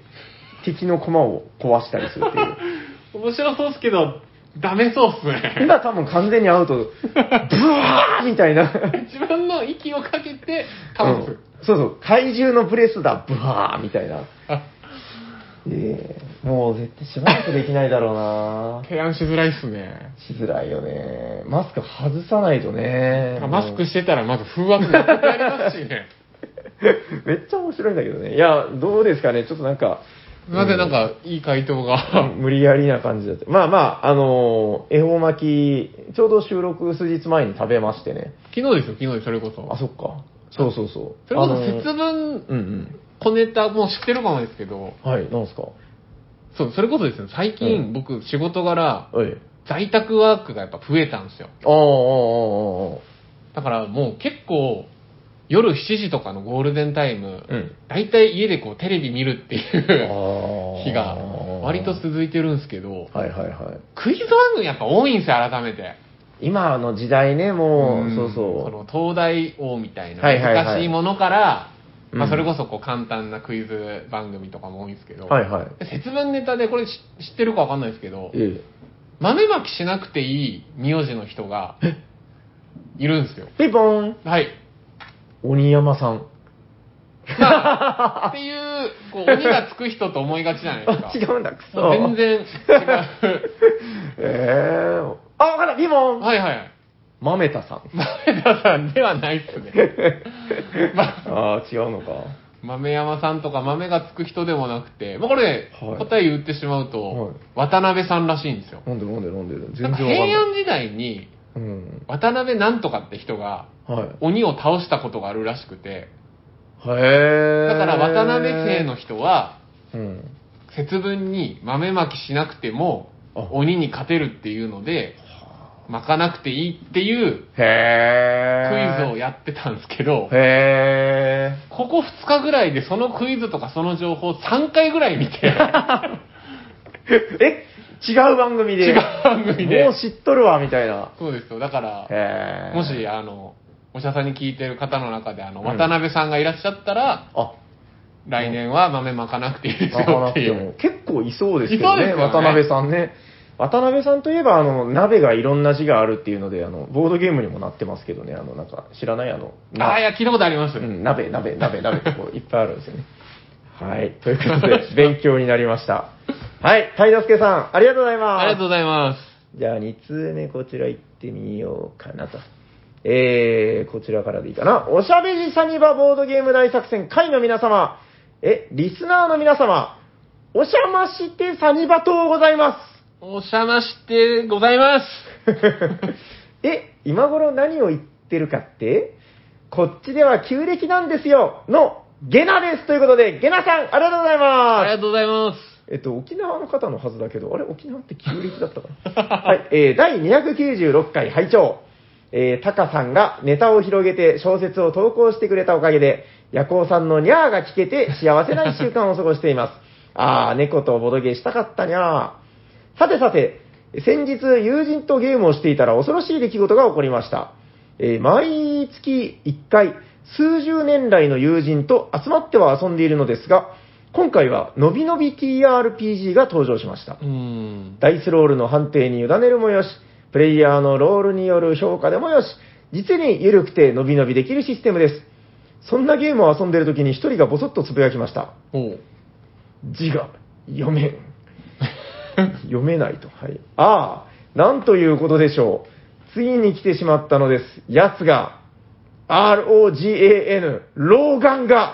Speaker 2: 敵の駒を壊したりするっていう。
Speaker 1: 面白そうっすけど、ダメそうっす ね。
Speaker 2: 今多分完全にアウト、ブワーみたいな。
Speaker 1: 自分の息をかけて、弾
Speaker 2: う
Speaker 1: す
Speaker 2: ん。そうそう、怪獣のブレスだ、ブワーみたいな。
Speaker 1: あ
Speaker 2: ええもう絶対しばらくできないだろうな
Speaker 1: 提案しづらいっすね。
Speaker 2: しづらいよね。マスク外さないとね。
Speaker 1: マスクしてたらまず風圧がなくなりますしね。
Speaker 2: めっちゃ面白いんだけどね。いや、どうですかね。ちょっとなん か、
Speaker 1: なぜなんか、いい回答が。
Speaker 2: 無理やりな感じだった。まあまあ、あのー恵方巻き、ちょうど収録数日前に食べましてね。
Speaker 1: 昨日ですよ、昨日それこそ。
Speaker 2: あ、そっか。そうそうそう。
Speaker 1: それこそ
Speaker 2: あのー
Speaker 1: 節分、
Speaker 2: うん
Speaker 1: 小ネタ、もう知ってるかもですけど、
Speaker 2: うん。はい、なんすか。
Speaker 1: そう、それこそですね、最
Speaker 2: う
Speaker 1: 近僕仕事柄、
Speaker 2: おい。
Speaker 1: 在宅ワークがやっぱ増えたんですよ。
Speaker 2: ああ、ああ、ああ、あ
Speaker 1: だからもう結構、夜7時とかのゴールデンタイム
Speaker 2: あ。、うん。
Speaker 1: 大体家でこうテレビ見るっていう
Speaker 2: ああ。
Speaker 1: 日が割と続いてるんですけど、
Speaker 2: はいはいはい。
Speaker 1: クイズ番組やっぱ多いんですよ、改めて。
Speaker 2: 今の時代ね、もう、
Speaker 1: ん
Speaker 2: そうそう。
Speaker 1: の東大王みたいな
Speaker 2: はいはいはい
Speaker 1: 難しいものから、
Speaker 2: う
Speaker 1: まあ
Speaker 2: ん
Speaker 1: それこそこう簡単なクイズ番組とかも多いんですけど、
Speaker 2: はいはい。
Speaker 1: 節分ネタでこれ知知ってるかわかんないですけど、
Speaker 2: え
Speaker 1: 豆まきしなくていい名字の人がいるんですよ。
Speaker 2: え。ピンポーン
Speaker 1: はい。
Speaker 2: 鬼山さん。
Speaker 1: まあっていう、こう、鬼がつく人と思いがちじゃないですか。
Speaker 2: あ違うんだ、くそ。
Speaker 1: もう全。然違 う。
Speaker 2: ええー。あ、わかった、リボン
Speaker 1: はいはい。
Speaker 2: マメタさん。
Speaker 1: 豆田さんではないっすね。ま
Speaker 2: ああ、違うのか。
Speaker 1: 豆山さんとか豆がつく人でもなくて、まあこれ、
Speaker 2: はい
Speaker 1: 答え言ってしまうと、
Speaker 2: はい
Speaker 1: 渡辺さんらしいんですよ。
Speaker 2: なんでなんでなんで、
Speaker 1: な
Speaker 2: 全然わ
Speaker 1: んか
Speaker 2: かん
Speaker 1: 平
Speaker 2: ない。
Speaker 1: 安時代に、
Speaker 2: うん。
Speaker 1: 渡辺なんとかって人が、
Speaker 2: はい。
Speaker 1: 鬼を倒したことがあるらしくて、
Speaker 2: へえ。
Speaker 1: だから渡辺家の。人は、
Speaker 2: うん。
Speaker 1: 節分に豆まきしなくても、
Speaker 2: あ
Speaker 1: 鬼に勝てるっていうので、巻かなくていいっていう
Speaker 2: へ
Speaker 1: クイ
Speaker 2: え。
Speaker 1: ズをやってたんですけど、
Speaker 2: へえ。
Speaker 1: ここ2日ぐらいでそのクイズとかその情報3回ぐらい見 て、
Speaker 2: え、違う番組で。
Speaker 1: 違う番組で
Speaker 2: もう知っとるわ、みたいな。
Speaker 1: そうですよ。だから、
Speaker 2: へえ。
Speaker 1: もし、。あの、お医者さんに聞いてる方の中で、あの、
Speaker 2: うん
Speaker 1: 渡辺さんがいらっしゃったら、
Speaker 2: あ、
Speaker 1: 来年は豆巻かなくていいです
Speaker 2: なか
Speaker 1: よ
Speaker 2: な
Speaker 1: っ
Speaker 2: く
Speaker 1: てい
Speaker 2: て
Speaker 1: う
Speaker 2: も。。結構いそうですけど
Speaker 1: いそうで
Speaker 2: ね、
Speaker 1: すよね
Speaker 2: 渡辺さんね。渡辺さんといえば、あの、鍋がいろんな字があるっていうので、あの、ボードゲームにもなってますけどね、あの、なんか、知らない、あの、
Speaker 1: ああ、い
Speaker 2: や、
Speaker 1: や、聞いたことあります。
Speaker 2: うん、鍋、鍋、鍋、鍋ってこう、いっぱいあるんですよね。はい。ということで、勉強になりました。はい。タイダスケさん、ありがとうございます。
Speaker 1: ありがとうございます。
Speaker 2: じゃあ、2通目、こちら行ってみようかなと。えー、こちらからでいいかな。おしゃべりサニバボードゲーム大作戦会の皆様、え、リスナーの皆様、おしゃましてサニバとうございま
Speaker 1: おしゃましてございます。
Speaker 2: す。 え、今頃何を言ってるかってこっちでは旧暦なんですよの、ゲナですということで、ゲナさん、ありがとうございます。
Speaker 1: ありがとうございます。
Speaker 2: えっと、沖縄の方のはずだけど、あれ沖縄って旧暦だったか なはい、えー、第296回拝聴えー、タカさんがネタを広げて小説を投稿してくれたおかげで、夜行さんのニャーが聞けて幸せな一週間を過ごしています。 あー、猫とボドゲしたかったにゃー。さてさて、先日友人とゲームをしていたら恐ろしい出来事が起こりました。えー毎月1回、数十年来の友人と集まっては遊んでいるのですが、今回は、のびのび TRPG が登場しました
Speaker 1: う。ーん。
Speaker 2: ダイスロールの判定に委ねるもよし、プレイヤーのロールによる評価でもよし、実に緩くてのびのびできるシステムです。そんなゲームを遊んでいる時に一人がボソッとつぶやきました。
Speaker 1: おう。
Speaker 2: 字が読めん。読めないと。はい。ああ、なんということでしょう。ついに来てしまったのです。奴が、ROGAN、老眼が。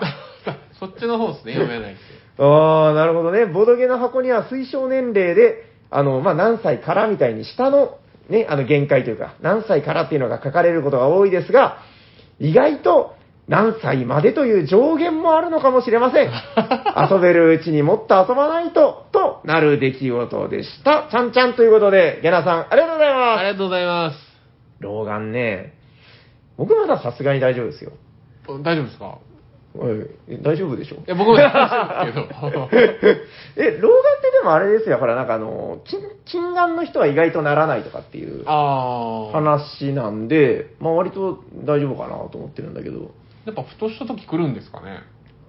Speaker 1: そっちの方ですね、読めないって。
Speaker 2: ああ、なるほどね。ボドゲの箱には推奨年齢で、あの、まあ、何歳からみたいに下の、ね、あの、限界というか、何歳からっていうのが書かれることが多いですが、意外と何歳までという上限もあるのかもしれま せん。遊べるうちにもっと遊ばないと、となる出来事でした。ちゃんちゃんということで、ゲナさん、ありがとうございます。
Speaker 1: ありがとうございます。
Speaker 2: 老眼ね。僕まださすがに大丈夫ですよ。
Speaker 1: お大丈夫ですか
Speaker 2: おいえ大丈夫でしょ
Speaker 1: いや、僕も大丈夫 ですけど。
Speaker 2: え、老眼ってでもあれですよ、ほら、なんかあの、近近眼の人は意外とならないとかっていう
Speaker 1: ああ。
Speaker 2: 話なんで、まあ割と大丈夫かなと思ってるんだけど、
Speaker 1: やっぱ、ふとした時来るんですかね。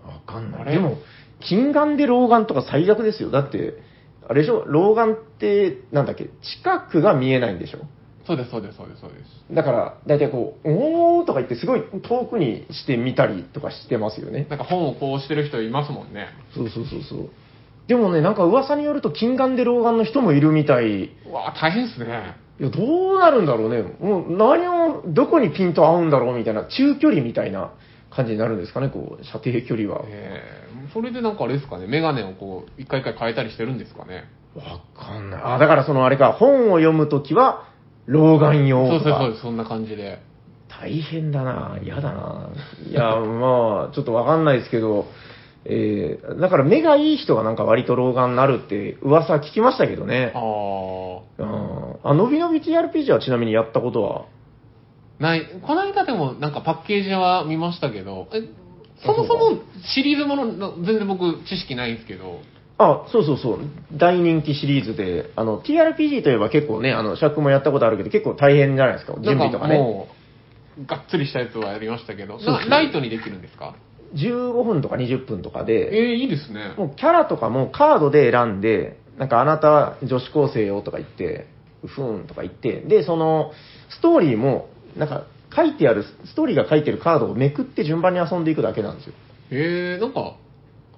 Speaker 2: わかん
Speaker 1: あ
Speaker 2: ない。
Speaker 1: れ
Speaker 2: でも、近眼で老眼とか最悪ですよ。だって、あれでしょ、老眼って、なんだっけ、近くが見えないんでしょ。
Speaker 1: そうです、そうです、そうです、そうです。
Speaker 2: だから、だいたいこう、おーとか言って、すごい遠くにしてみたりとかしてますよね。
Speaker 1: なんか本をこうしてる人いますもんね。
Speaker 2: そうそうそうそう。でもね、なんか噂によると、近眼で老眼の人もいるみたい。
Speaker 1: うわあ、大変ですね。
Speaker 2: いや、どうなるんだろうね。もう何を、どこにピント合うんだろうみたいな、中距離みたいな感じになるんですかね、こう、射程距離は。わ
Speaker 1: ええそれでなんかあれですかね、メガネをこう、一回一回変えたりしてるんですかね。
Speaker 2: かんない。あ、だからそのあれか、本を読むときは、老
Speaker 1: そ
Speaker 2: 眼用
Speaker 1: う
Speaker 2: と
Speaker 1: そう
Speaker 2: か。
Speaker 1: そうです、そんな感じで。
Speaker 2: 大変だな嫌だないや、 まあ、ちょっとわかんないですけど、えー、だから目がいい人がなんか割と老眼になるって噂聞きましたけどね
Speaker 1: あ。あ。
Speaker 2: うんあ、のびのび TRPG はちなみにやったことは
Speaker 1: ない、この間でもなんかパッケージは見ましたけど、えそもそ
Speaker 2: あそう
Speaker 1: もシリーズものの、全然僕知識ないんですけど、
Speaker 2: あ、そうそうそう。大人気シリーズで、あの、TRPG といえば結構ね、あの、シャークもやったことあるけど、結構大変じゃないですか。準備と
Speaker 1: な
Speaker 2: か
Speaker 1: ん
Speaker 2: ね。
Speaker 1: もう、がっつりしたやつはやりましたけど、
Speaker 2: そうそう
Speaker 1: なライトにできるんですか
Speaker 2: 15分とか20分とか
Speaker 1: え
Speaker 2: で、
Speaker 1: ーいいですね。
Speaker 2: もうキャラとかもカードで選んで、なんかあなたは女子高生よとか言って、ふーんとか言って、で、その、ストーリーも、なんか、書いてある、ストーリーが書いてるカードをめくって順番に遊んでいくだけなんですよ。
Speaker 1: えー、なんか、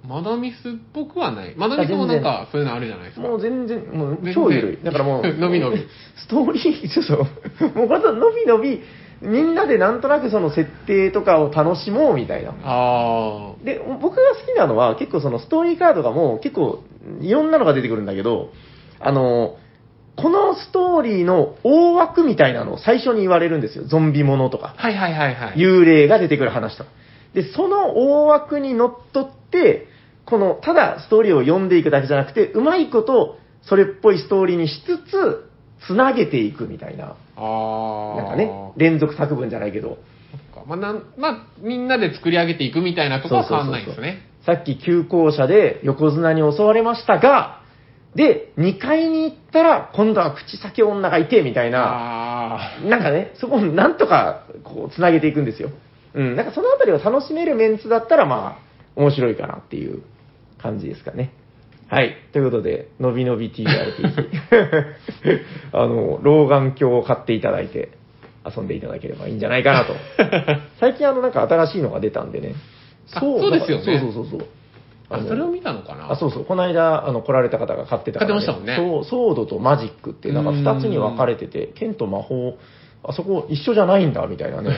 Speaker 1: マダミスっぽくはない。マダミスもなんか、そういうのあるじゃないですか。
Speaker 2: もう全然、もう
Speaker 1: 全然
Speaker 2: 超緩い。だか らもう、
Speaker 1: のびのび
Speaker 2: ストーリー、そうそう。もうまたのびのび、みんなでなんとなくその設定とかを楽しもうみたいな。
Speaker 1: あ
Speaker 2: で、僕が好きなのは結構そのストーリーカードがもう結構いろんなのが出てくるんだけど、あの、このストーリーの大枠みたいなのを最初に言われるんですよ。ゾンビものとか
Speaker 1: ー。。はいはいはいはい。
Speaker 2: 幽霊が出てくる話と。で、その大枠にのっとって、この、ただストーリーを読んでいくだけじゃなくて、うまいこと、それっぽいストーリーにしつつ、つなげていくみたいな。
Speaker 1: ああ。
Speaker 2: なんかね、連続作文じゃないけど。
Speaker 1: そっかまあなん、まあ、みんなで作り上げていくみたいなとこは変わんないんですね。
Speaker 2: さっき急行車で横綱に襲われましたが、で、2階に行ったら、今度は口先女がいて、みたいな。
Speaker 1: あ
Speaker 2: なんかね、そこをなんとか、こう、つなげていくんですよ。うん、なんかそのあたりを楽しめるメンツだったら、まあ、面白いかなっていう感じですかね。はい。ということで、のびのび TRPG。あ の、老眼鏡を買っていただいて、遊んでいただければいいんじゃないか なと。最近、あの、なんか新しいのが出たんでね。
Speaker 1: あそうですよね
Speaker 2: なんかそうそうそうそう。
Speaker 1: あ
Speaker 2: の
Speaker 1: それを見たのかな
Speaker 2: あそうそう、この間、あの、来られた方が買ってたから、
Speaker 1: 買ってましたもんね
Speaker 2: そう、ソードとマジックって、なんか2つに分かれてて、剣と魔法、あそこ一緒じゃないんだ、みたい なね。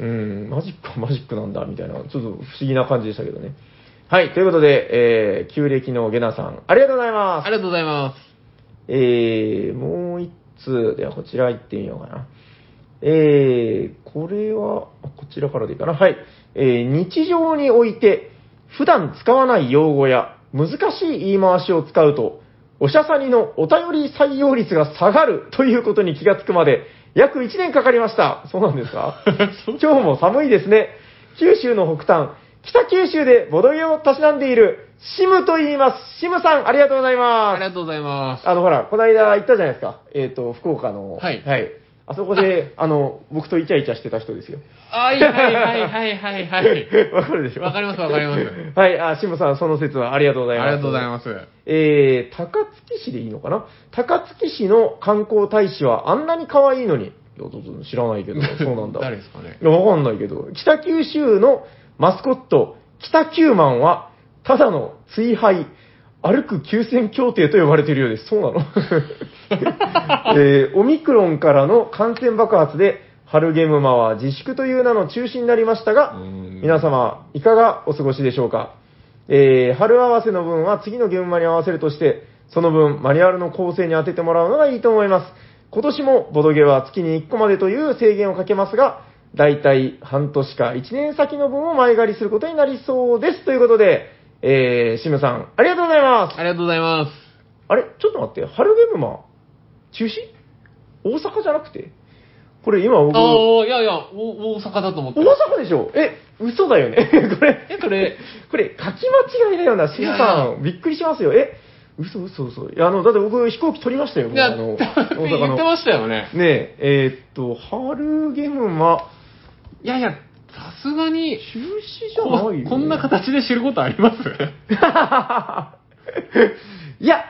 Speaker 2: うん、マジックはマジックなんだ、みたいな、ちょっと不思議な感じでしたけどね。はい、ということで、えー、旧暦のゲナさん、ありがとうございます
Speaker 1: あ。りがとうございます
Speaker 2: えー、もう一通、ではこちら行ってみようかな。えー、これは、あこちらからでいいかな。はい。えー、日常において、普段使わない用語や難しい言い回しを使うと、おしゃさにのお便り採用率が下がるということに気がつくまで、約1年かかりました。 そうなんですか今日も寒いですね。九州の北端、北九州でボドゲをたしなんでいる、シムと言います。シムさん、ありがとうございます。
Speaker 1: ありがとうございます
Speaker 2: あの、ほら、この間行ったじゃないですか。えっ、と、福岡の。
Speaker 1: はい
Speaker 2: あそこで、あの、僕とイチャイチャしてた人ですよ。
Speaker 1: はいはいはいはいはいはい
Speaker 2: わかるでしょ
Speaker 1: わかりますわかります
Speaker 2: す。はい、あ、シムさん、その説はありがとうご
Speaker 1: あ
Speaker 2: ざい
Speaker 1: り
Speaker 2: ます。
Speaker 1: がとうござい
Speaker 2: す。
Speaker 1: ます
Speaker 2: えー、高槻市でいいのかな高槻市の観光大使はあんなに可愛いのに。いやちょっと知らないけど、そうなんだ。
Speaker 1: 誰ですかね
Speaker 2: いや、わかんないけど、北九州のマスコット、北九マンは、ただの追廃、歩く休戦協定と呼ばれているようです。そうなの、 えーオミクロンからの感染爆発で、春ゲムマは自粛という名の中止になりましたが、
Speaker 1: うん
Speaker 2: 皆様、いかがお過ごしでしょうかえー春合わせの分は次のゲームマに合わせるとして、その分、マニュアルの構成に当ててもらうのがいいと思います。今年もボドゲは月に1個までという制限をかけますが、だいたい半年か1年先の分を前借りすることになりそうです。ということで、えー、シムさん、ありがとうございます。
Speaker 1: ありがとうございます
Speaker 2: あれ、ちょっと待って、春ゲームマ、中止大阪じゃなくてこれ今僕、
Speaker 1: あ
Speaker 2: 大
Speaker 1: あいやいやお大阪だと思ってます
Speaker 2: 阪でしょえ、嘘だよね これ。
Speaker 1: えこれ
Speaker 2: これ、書き間違いだよな、シムさん。びっくりしますよ。え、嘘嘘嘘。いや、あの、だって僕、飛行機取りましたよ、
Speaker 1: い
Speaker 2: 僕
Speaker 1: や
Speaker 2: あの、大阪
Speaker 1: 言って
Speaker 2: の。
Speaker 1: ましたよね
Speaker 2: ねえ、えーっと、春ゲムマ、
Speaker 1: いやいやさすがに
Speaker 2: 中止じゃない
Speaker 1: こ
Speaker 2: よね、
Speaker 1: こんな形で知ることあります
Speaker 2: いや、さ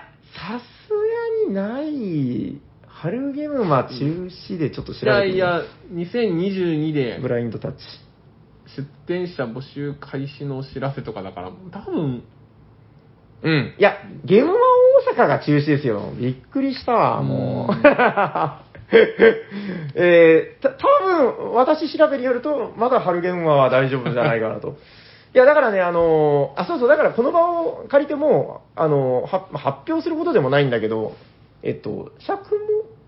Speaker 2: すがにない。春ゲムマ中止でちょっと調べて
Speaker 1: いや
Speaker 2: みる
Speaker 1: いや2022で
Speaker 2: ブラインドタッチ。
Speaker 1: 出店者募集開始のお知らせとかだから多分
Speaker 2: うん。いや、ゲームマン大阪が中止ですよ。びっくりしたわ、も
Speaker 1: う
Speaker 2: う。
Speaker 1: ん
Speaker 2: えー、た多分私調べによると、まだ春ゲームマは大丈夫じゃないかなと。いや、だからね、あのーあ、そうそう、だからこの場を借りても、あのーは発表することでもないんだけど、えっと、尺も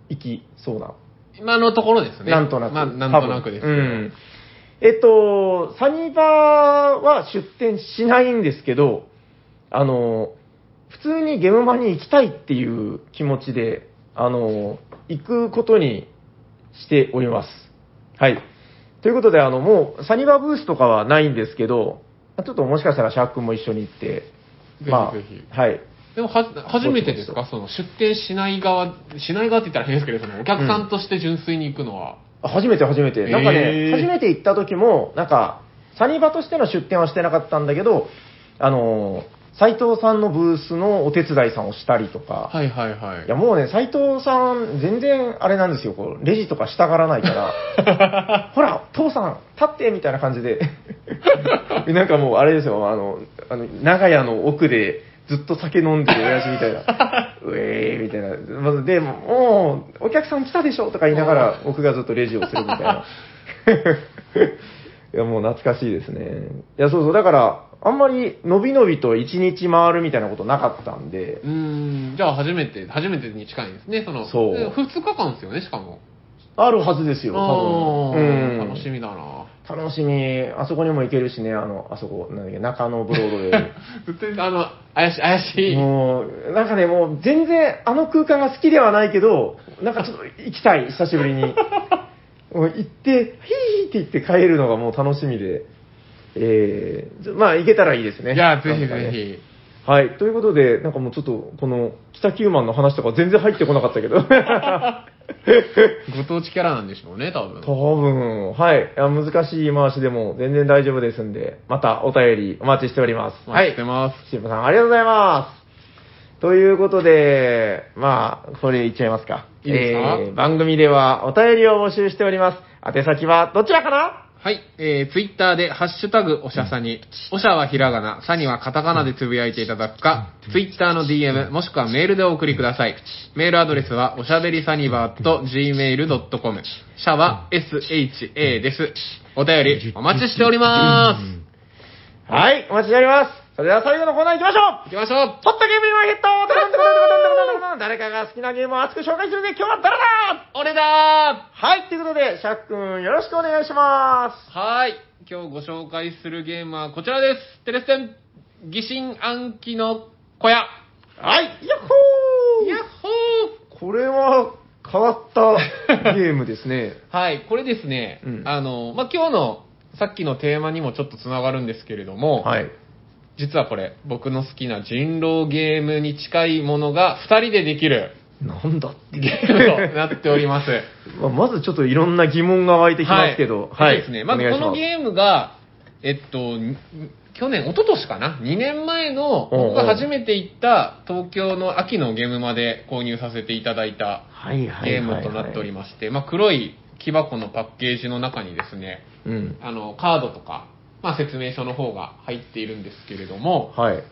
Speaker 2: 行きそうな
Speaker 1: 今のところですね
Speaker 2: なんとなく。
Speaker 1: まあ、なんとなくですけ
Speaker 2: 多
Speaker 1: ど、
Speaker 2: 分うん。えっと、サニバは出店しないんですけど、あの、普通にゲムマに行きたいっていう気持ちで、あの、行くことにしております。はい。ということで、あの、もう、サニバブースとかはないんですけど、ちょっともしかしたらシャーク君も一緒に行って、
Speaker 1: ひぜひ
Speaker 2: はい。
Speaker 1: でもは初めてですかその出店しない側しない側って言ったら変ですけどそのお客さんとして純粋に行くのは、
Speaker 2: 初めて初めて。なんかね、
Speaker 1: へー
Speaker 2: 初めて行った時も、なんか、サニバとしての出店はしてなかったんだけど、あのー、斎藤さんのブースのお手伝いさんをしたりとか、
Speaker 1: はいはいはい
Speaker 2: い、やもうね、斎藤さん、全然あれなんですよ、こう、レジとかしたがらないから、ほら、父さん、立ってみたいな感じで、なんかもうあれですよ、あの、あの長屋の奥で、ずっと酒飲んでる親父みたいな、うえーみたいな、まずで、もう、お客さん来たでしょとか言いながら、僕がずっとレジをするみたいな。 いや、もう懐かしいですね。いや、そうそう、だから、あんまり、のびのびと一日回るみたいなことなかったんで
Speaker 1: う、ーんじゃあ初めて初めてに近いですねその
Speaker 2: そう
Speaker 1: で2日間ですよねしかも
Speaker 2: あるはずですよ、多
Speaker 1: あ
Speaker 2: 分。
Speaker 1: ー
Speaker 2: うん
Speaker 1: 楽しみだな
Speaker 2: 楽しみ。あそこにも行けるしね、あの、あそこ、なんだっけ、中野ブロードウェ
Speaker 1: 絶対あの怪しい怪し
Speaker 2: イ。
Speaker 1: い
Speaker 2: もう、なんかね、もう全然あの空間が好きではないけど、なんかちょっと行きたい、久しぶり に。もう行って、ヒーって言って帰るのがもう楽しみで。えー、まあ行けたらいいですね。
Speaker 1: いやぜひ
Speaker 2: なんかね
Speaker 1: ぜ
Speaker 2: はい。ということで、なんかもうちょっと、この、北九万の話とか全然入ってこな かったけど。
Speaker 1: ひご当地キャラなんでしょうね多分
Speaker 2: 多分、はい。あ難しい回しでも全然大丈夫ですんで、またお便りお待ちしております。
Speaker 1: お
Speaker 2: は
Speaker 1: 待ち
Speaker 2: い
Speaker 1: して。ます、
Speaker 2: シームさん、ありがとうございます。ということで、まあ、これいっちゃいますか。
Speaker 1: いいですか
Speaker 2: えー番組ではお便りを募集しております。宛先はどちらかな
Speaker 1: はい、えー、ツイッターで、ハッシュタグ、おしゃさに、おしゃはひらがな、さにはカタカナでつぶやいていただくか、ツイッターの DM、もしくはメールでお送りください。メールアドレスは、おしゃべりサニバーと gmail.com、シャは sha です。お便り、お待ちしております。
Speaker 2: はい、お待ちしております。それでは最後のコーナー行きましょう
Speaker 1: 行きましょう
Speaker 2: ホットゲームマーケット誰かが好きなゲームを熱く紹介するで今日は誰だ
Speaker 1: 俺だ
Speaker 2: はい、ということで、シャックンよろしくお願いします。
Speaker 1: ーはーい、今日ご紹介するゲームはこちらです。テレステン、疑心暗鬼の小屋。
Speaker 2: はい、ヤッ
Speaker 1: やっ
Speaker 2: ホ
Speaker 1: ほー
Speaker 2: ーこれは変わったゲームです ね。
Speaker 1: はい、これですね、
Speaker 2: うん
Speaker 1: あの、まあ、今日のさっきのテーマにもちょっとつながるんですけれども、
Speaker 2: はい。
Speaker 1: 実はこれ、僕の好きな人狼ゲームに近いものが2人でできる
Speaker 2: なんだって
Speaker 1: ゲームと なっております。
Speaker 2: まあまずちょっといろんな疑問が湧いてきますけ ど、
Speaker 1: はい。でですね、まず
Speaker 2: お願
Speaker 1: こ
Speaker 2: いしす
Speaker 1: のゲームが、えっと、に去年、一昨年かな ?2 年前の、
Speaker 2: おうおう
Speaker 1: 僕が初めて行った東京の秋のゲームまで購入させていただいた
Speaker 2: はいはい
Speaker 1: ゲ
Speaker 2: は
Speaker 1: ー
Speaker 2: いは
Speaker 1: ム
Speaker 2: い
Speaker 1: となっておりまして、まあ、黒い木箱のパッケージの中にですね、
Speaker 2: うん。
Speaker 1: あの、カードとか、まあ、説明書の方が入っているんですけれども、
Speaker 2: はい。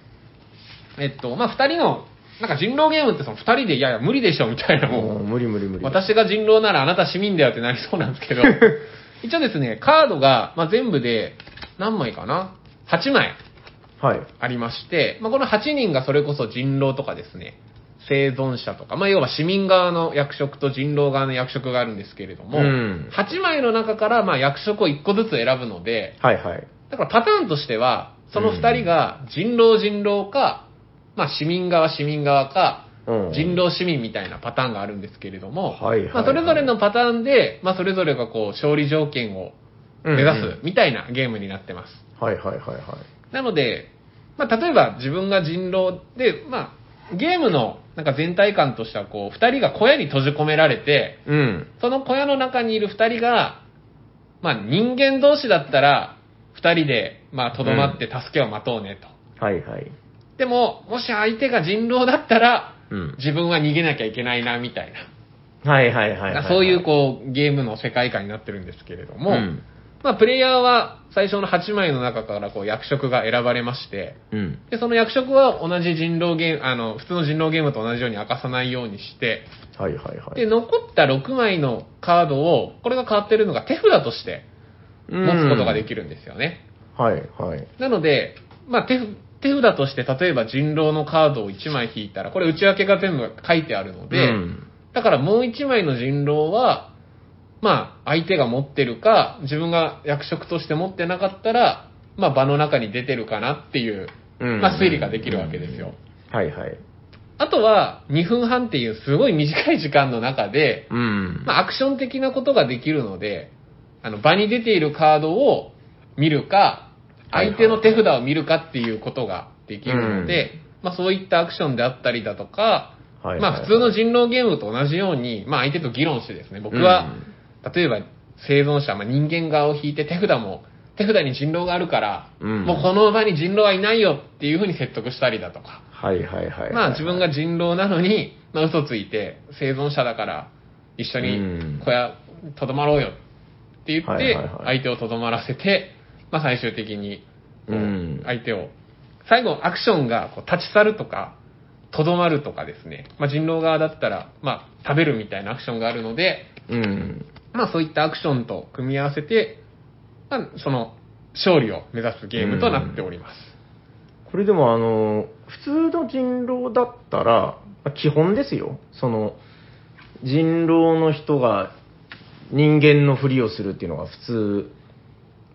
Speaker 1: えっと、まあ、二人の、なんか人狼ゲームってその二人で、いやいや、無理でしょ、みたいな
Speaker 2: も
Speaker 1: も
Speaker 2: う
Speaker 1: う、
Speaker 2: 無理無理無理。
Speaker 1: 私が人狼ならあなた市民だよってなりそうなんですけど、一応ですね、カードが、まあ、全部で、何枚かな ?8 枚
Speaker 2: はい。
Speaker 1: ありまして、まあ、この8人がそれこそ人狼とかですね、生存者とか、まあ、要は市民側の役職と人狼側の役職があるんですけれども、
Speaker 2: うん
Speaker 1: 8枚の中から、まあ、役職を1個ずつ選ぶので、
Speaker 2: はいはい。
Speaker 1: だからパターンとしては、その二人が人狼人狼か、まあ市民側市民側か、
Speaker 2: うん
Speaker 1: 人狼市民みたいなパターンがあるんですけれども、
Speaker 2: はいはいはい
Speaker 1: まあそれぞれのパターンで、まあそれぞれがこう勝利条件を目
Speaker 2: うんう
Speaker 1: 指
Speaker 2: ん
Speaker 1: すみたいなゲームになってます。
Speaker 2: はいはいはいはい。
Speaker 1: なので、まあ例えば自分が人狼で、まあゲームのなんか全体感としてはこう二人が小屋に閉じ込められて、
Speaker 2: うん。
Speaker 1: その小屋の中にいる二人が、まあ人間同士だったら、二人で、まあ、とどまって助けを待とうねと。
Speaker 2: はいはい。
Speaker 1: でも、もし相手が人狼だったら、
Speaker 2: うん。
Speaker 1: 自分は逃げなきゃいけないな、みたいな。
Speaker 2: はいはいはいはい。
Speaker 1: そういう、こう、ゲームの世界観になってるんですけれども、
Speaker 2: うん
Speaker 1: まあ、プレイヤーは最初の8枚の中から、こう、役職が選ばれまして、
Speaker 2: うん。
Speaker 1: で、その役職は同じ人狼ゲーム、あの、普通の人狼ゲームと同じように明かさないようにして、
Speaker 2: はいはいはい。
Speaker 1: で、残った6枚のカードを、これが変わってるのが手札として、持つことができ
Speaker 2: る。
Speaker 1: るんですよね。
Speaker 2: はいはい。
Speaker 1: なので、まあ、手ふ手札として例えば人狼のカードを1枚引いたらこれ内訳が全部書いてあるので、
Speaker 2: うん
Speaker 1: だからもう1枚の人狼は、まあ、相手が持ってるか自分が役職として持ってなかったら、まあ、場の中に出てるかなっていう、
Speaker 2: うん
Speaker 1: まあ、推理ができるわけですよ。
Speaker 2: はいはい。
Speaker 1: あとは2分半っていうすごい短い時間の中で、
Speaker 2: うん。
Speaker 1: まあ、アクション的なことができるので、あの、場に出ているカードを見るか、
Speaker 2: はいはい
Speaker 1: 相手の手札を見るかっていうことができるので、まあ、そういったアクションであったりだとか、
Speaker 2: はいはい
Speaker 1: まあ、普通の人狼ゲームと同じように、まあ、相手と議論してですね、僕は、例えば生存者、まあ、人間側を引いて手札も、手札に人狼があるから、
Speaker 2: うん
Speaker 1: もうこの場に人狼はいないよっていうふうに説得したりだとか、
Speaker 2: はいはいはい。
Speaker 1: まあ自分が人狼なのに、 まあ、嘘ついて生存者だから一緒
Speaker 2: うん
Speaker 1: に小屋とどまろうよって言
Speaker 2: は
Speaker 1: って
Speaker 2: いはいはい
Speaker 1: 相手をとどまらせて、まあ、最終的にこう
Speaker 2: うん
Speaker 1: 相手を最後アクションがこう立ち去るとかとどまるとかですね、まあ、人狼側だったら、まあ、食べるみたいなアクションがあるので、
Speaker 2: うん。
Speaker 1: まあ、そういったアクションと組み合わせて、まあ、その勝利を目指すゲームとなっております。
Speaker 2: これでもあの、普通の人狼だったら、まあ基本ですよ。その、人狼の人が人間のふりをするっていうのが普通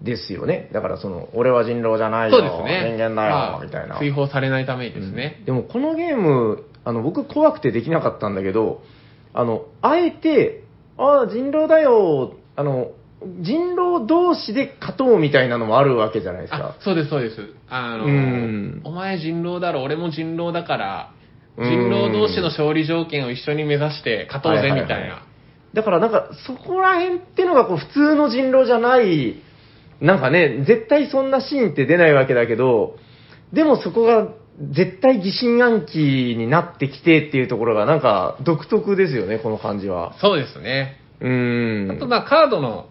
Speaker 2: ですよね。だからその、俺は人狼じゃないよ、
Speaker 1: そうですね。
Speaker 2: 人間だよ、
Speaker 1: まあ
Speaker 2: みたいな。
Speaker 1: 追放されないためにですね。
Speaker 2: でもこのゲーム、あの、僕怖くてできなかったんだけど、あの、あえて、ああ、人狼だよ、あの、人狼同士で勝とうみたいなのもあるわけじゃないです
Speaker 1: あ
Speaker 2: か。
Speaker 1: そうですそうですあの、
Speaker 2: うん
Speaker 1: お前人狼だろ俺も人狼だから
Speaker 2: うん
Speaker 1: 人狼同士の勝利条件を一緒に目指して勝とうぜ
Speaker 2: はいはいはい
Speaker 1: みたいな
Speaker 2: だからなんか、そこら辺ってのがこう、普通の人狼じゃない、なんかね、絶対そんなシーンって出ないわけだけど、でもそこが、絶対疑心暗鬼になってきてっていうところがなんか独特ですよね、この感じは。
Speaker 1: そうですね
Speaker 2: うーん。
Speaker 1: あとまあカードの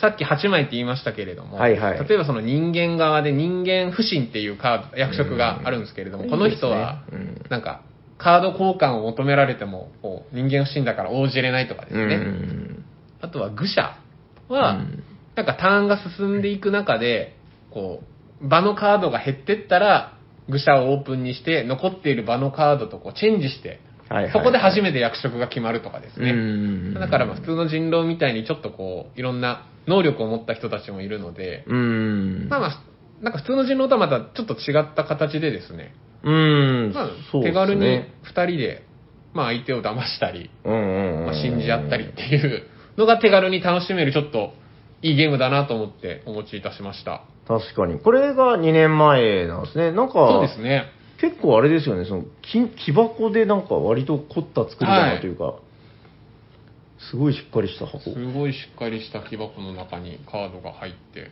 Speaker 1: さっき8枚って言いましたけれども、
Speaker 2: はいはい
Speaker 1: 例えばその人間側で人間不信っていうカード役職があるんですけれども、
Speaker 2: うん
Speaker 1: この人はい
Speaker 2: いですねうん
Speaker 1: なんかカード交換を求められてもこう人間不信だから応じれないとかですね、
Speaker 2: うん
Speaker 1: あとは愚者は、
Speaker 2: うん
Speaker 1: なんかターンが進んでいく中で、こう、場のカードが減ってったら、愚者をオープンにして、残っている場のカードとこうチェンジして、
Speaker 2: はいはいはい
Speaker 1: そこで初めて役職が決まるとかです
Speaker 2: う
Speaker 1: ね。
Speaker 2: ん
Speaker 1: だからまあ普通の人狼みたいにちょっとこう、いろんな能力を持った人たちもいるので、
Speaker 2: うん
Speaker 1: まあまあ、なんか普通の人狼とはまたちょっと違った形でですね、
Speaker 2: うん
Speaker 1: まあ
Speaker 2: そう
Speaker 1: 手
Speaker 2: ですね
Speaker 1: 軽に2人で、まあ相手を騙したり、
Speaker 2: うんうんうん
Speaker 1: まあ、信じ合ったりっていうのが手軽に楽しめるちょっといいゲームだなと思ってお持ちいたしました。
Speaker 2: 確かに。これが2年前なんですね。なんか、
Speaker 1: そうですね。
Speaker 2: 結構あれですよね、その木木箱でなんか割と凝った作りだ
Speaker 1: は
Speaker 2: ないというか、すごいしっかりした箱。う
Speaker 1: すごいしっかりした木箱の中にカードが入って。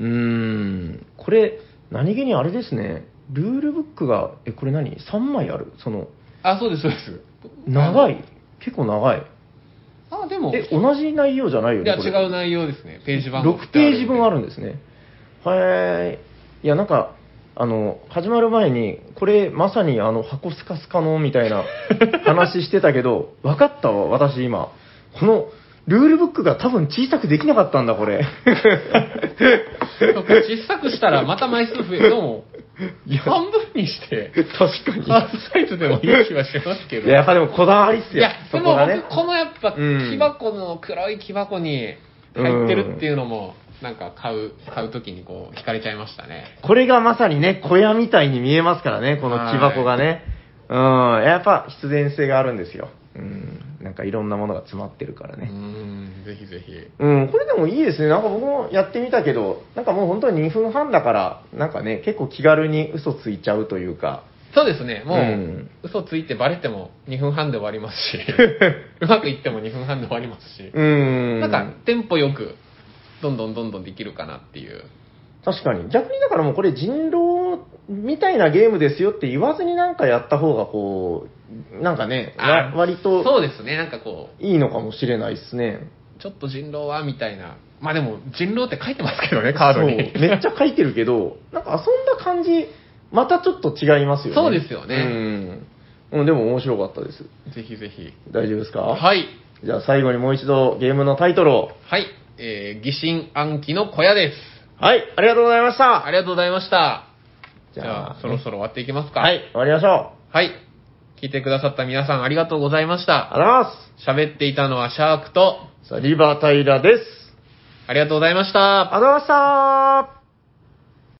Speaker 2: ーん、これ、何気にあれですね、ルールブックが、え、これ何 ?3 枚あるその、
Speaker 1: あ、そうです、そうです。
Speaker 2: 長い。結構長い。
Speaker 1: あのあ、でも、
Speaker 2: え、
Speaker 1: い
Speaker 2: 同じ内容じゃないよね
Speaker 1: や、
Speaker 2: これ
Speaker 1: 違う内容ですね。ページ番号
Speaker 2: 6ページ分ある
Speaker 1: ん
Speaker 2: んですね。はい。いや、なんか、あの、始まる前に、これまさにあの、箱スカスカのみたいな話してたけど、 分かったわ、私今。この、ルールブックが多分小さくできなかったんだ、こ れ。
Speaker 1: 小さくしたらまた枚数増えるのも、半分に して、
Speaker 2: 確
Speaker 1: カードサイズでもいい気はしますけど。
Speaker 2: いや、やっぱでもこだわりっす
Speaker 1: い
Speaker 2: よ。
Speaker 1: や、で
Speaker 2: そこ
Speaker 1: も
Speaker 2: がね
Speaker 1: 僕、このやっぱ、
Speaker 2: うん
Speaker 1: 木箱の、黒い木箱に入ってるっていうのも、なんか買う、買うときにこう、惹かれちゃいましたね。
Speaker 2: これがまさにね、小屋みたいに見えますからね、この木箱がね。うん、やっぱ必然性があるんですよ。うん、なんかいろんなものが詰まってるから
Speaker 1: う
Speaker 2: ね。
Speaker 1: ん、ぜひぜひ。
Speaker 2: うん、これでもいいですね。なんか僕もやってみたけど、なんかもう本当に2分半だから、なんかね、結構気軽に嘘ついちゃうというか。
Speaker 1: そうですね、もう、
Speaker 2: うん
Speaker 1: 嘘ついてバレても2分半で終わります し、うまくいっても2分半で終わりますし、
Speaker 2: うん。
Speaker 1: なんか、テンポよく、どんどんどんどんできるかなっていう。
Speaker 2: 確かに。逆にだからもうこれ人狼みたいなゲームですよって言わずになんかやった方がこう、なんかね、わ
Speaker 1: あ
Speaker 2: 割と
Speaker 1: そうですね、なんかこ
Speaker 2: いいのかもしれないですね。
Speaker 1: う、ちょっと人狼は、みたいな。まあでも、人狼って書いてますけどね、 カードに。
Speaker 2: そうめっちゃ書いてる けど、なんか遊んだ感じ、またちょっと違いますよね。
Speaker 1: そうですよね
Speaker 2: うん。うん、でも面白かったです。
Speaker 1: ぜひぜひ。
Speaker 2: 大丈夫ですか
Speaker 1: はい。
Speaker 2: じゃあ最後にもう一度ゲームのタイトルを。
Speaker 1: はい、えー、疑心暗鬼の小屋です。
Speaker 2: はい、ありがとうございました。
Speaker 1: ありがとうございました。
Speaker 2: じ
Speaker 1: じ
Speaker 2: ゃ
Speaker 1: ゃ
Speaker 2: あ
Speaker 1: あ、そろそろ終わっていきますか。
Speaker 2: はい、。終わりましょう。
Speaker 1: はい。聞いてくださった皆さんありがとうございました。
Speaker 2: ありがとうございま
Speaker 1: 喋っていたのはシャークと、
Speaker 2: す。さあ、リバー平です。
Speaker 1: ありがとうございました。
Speaker 2: ありがとうございました。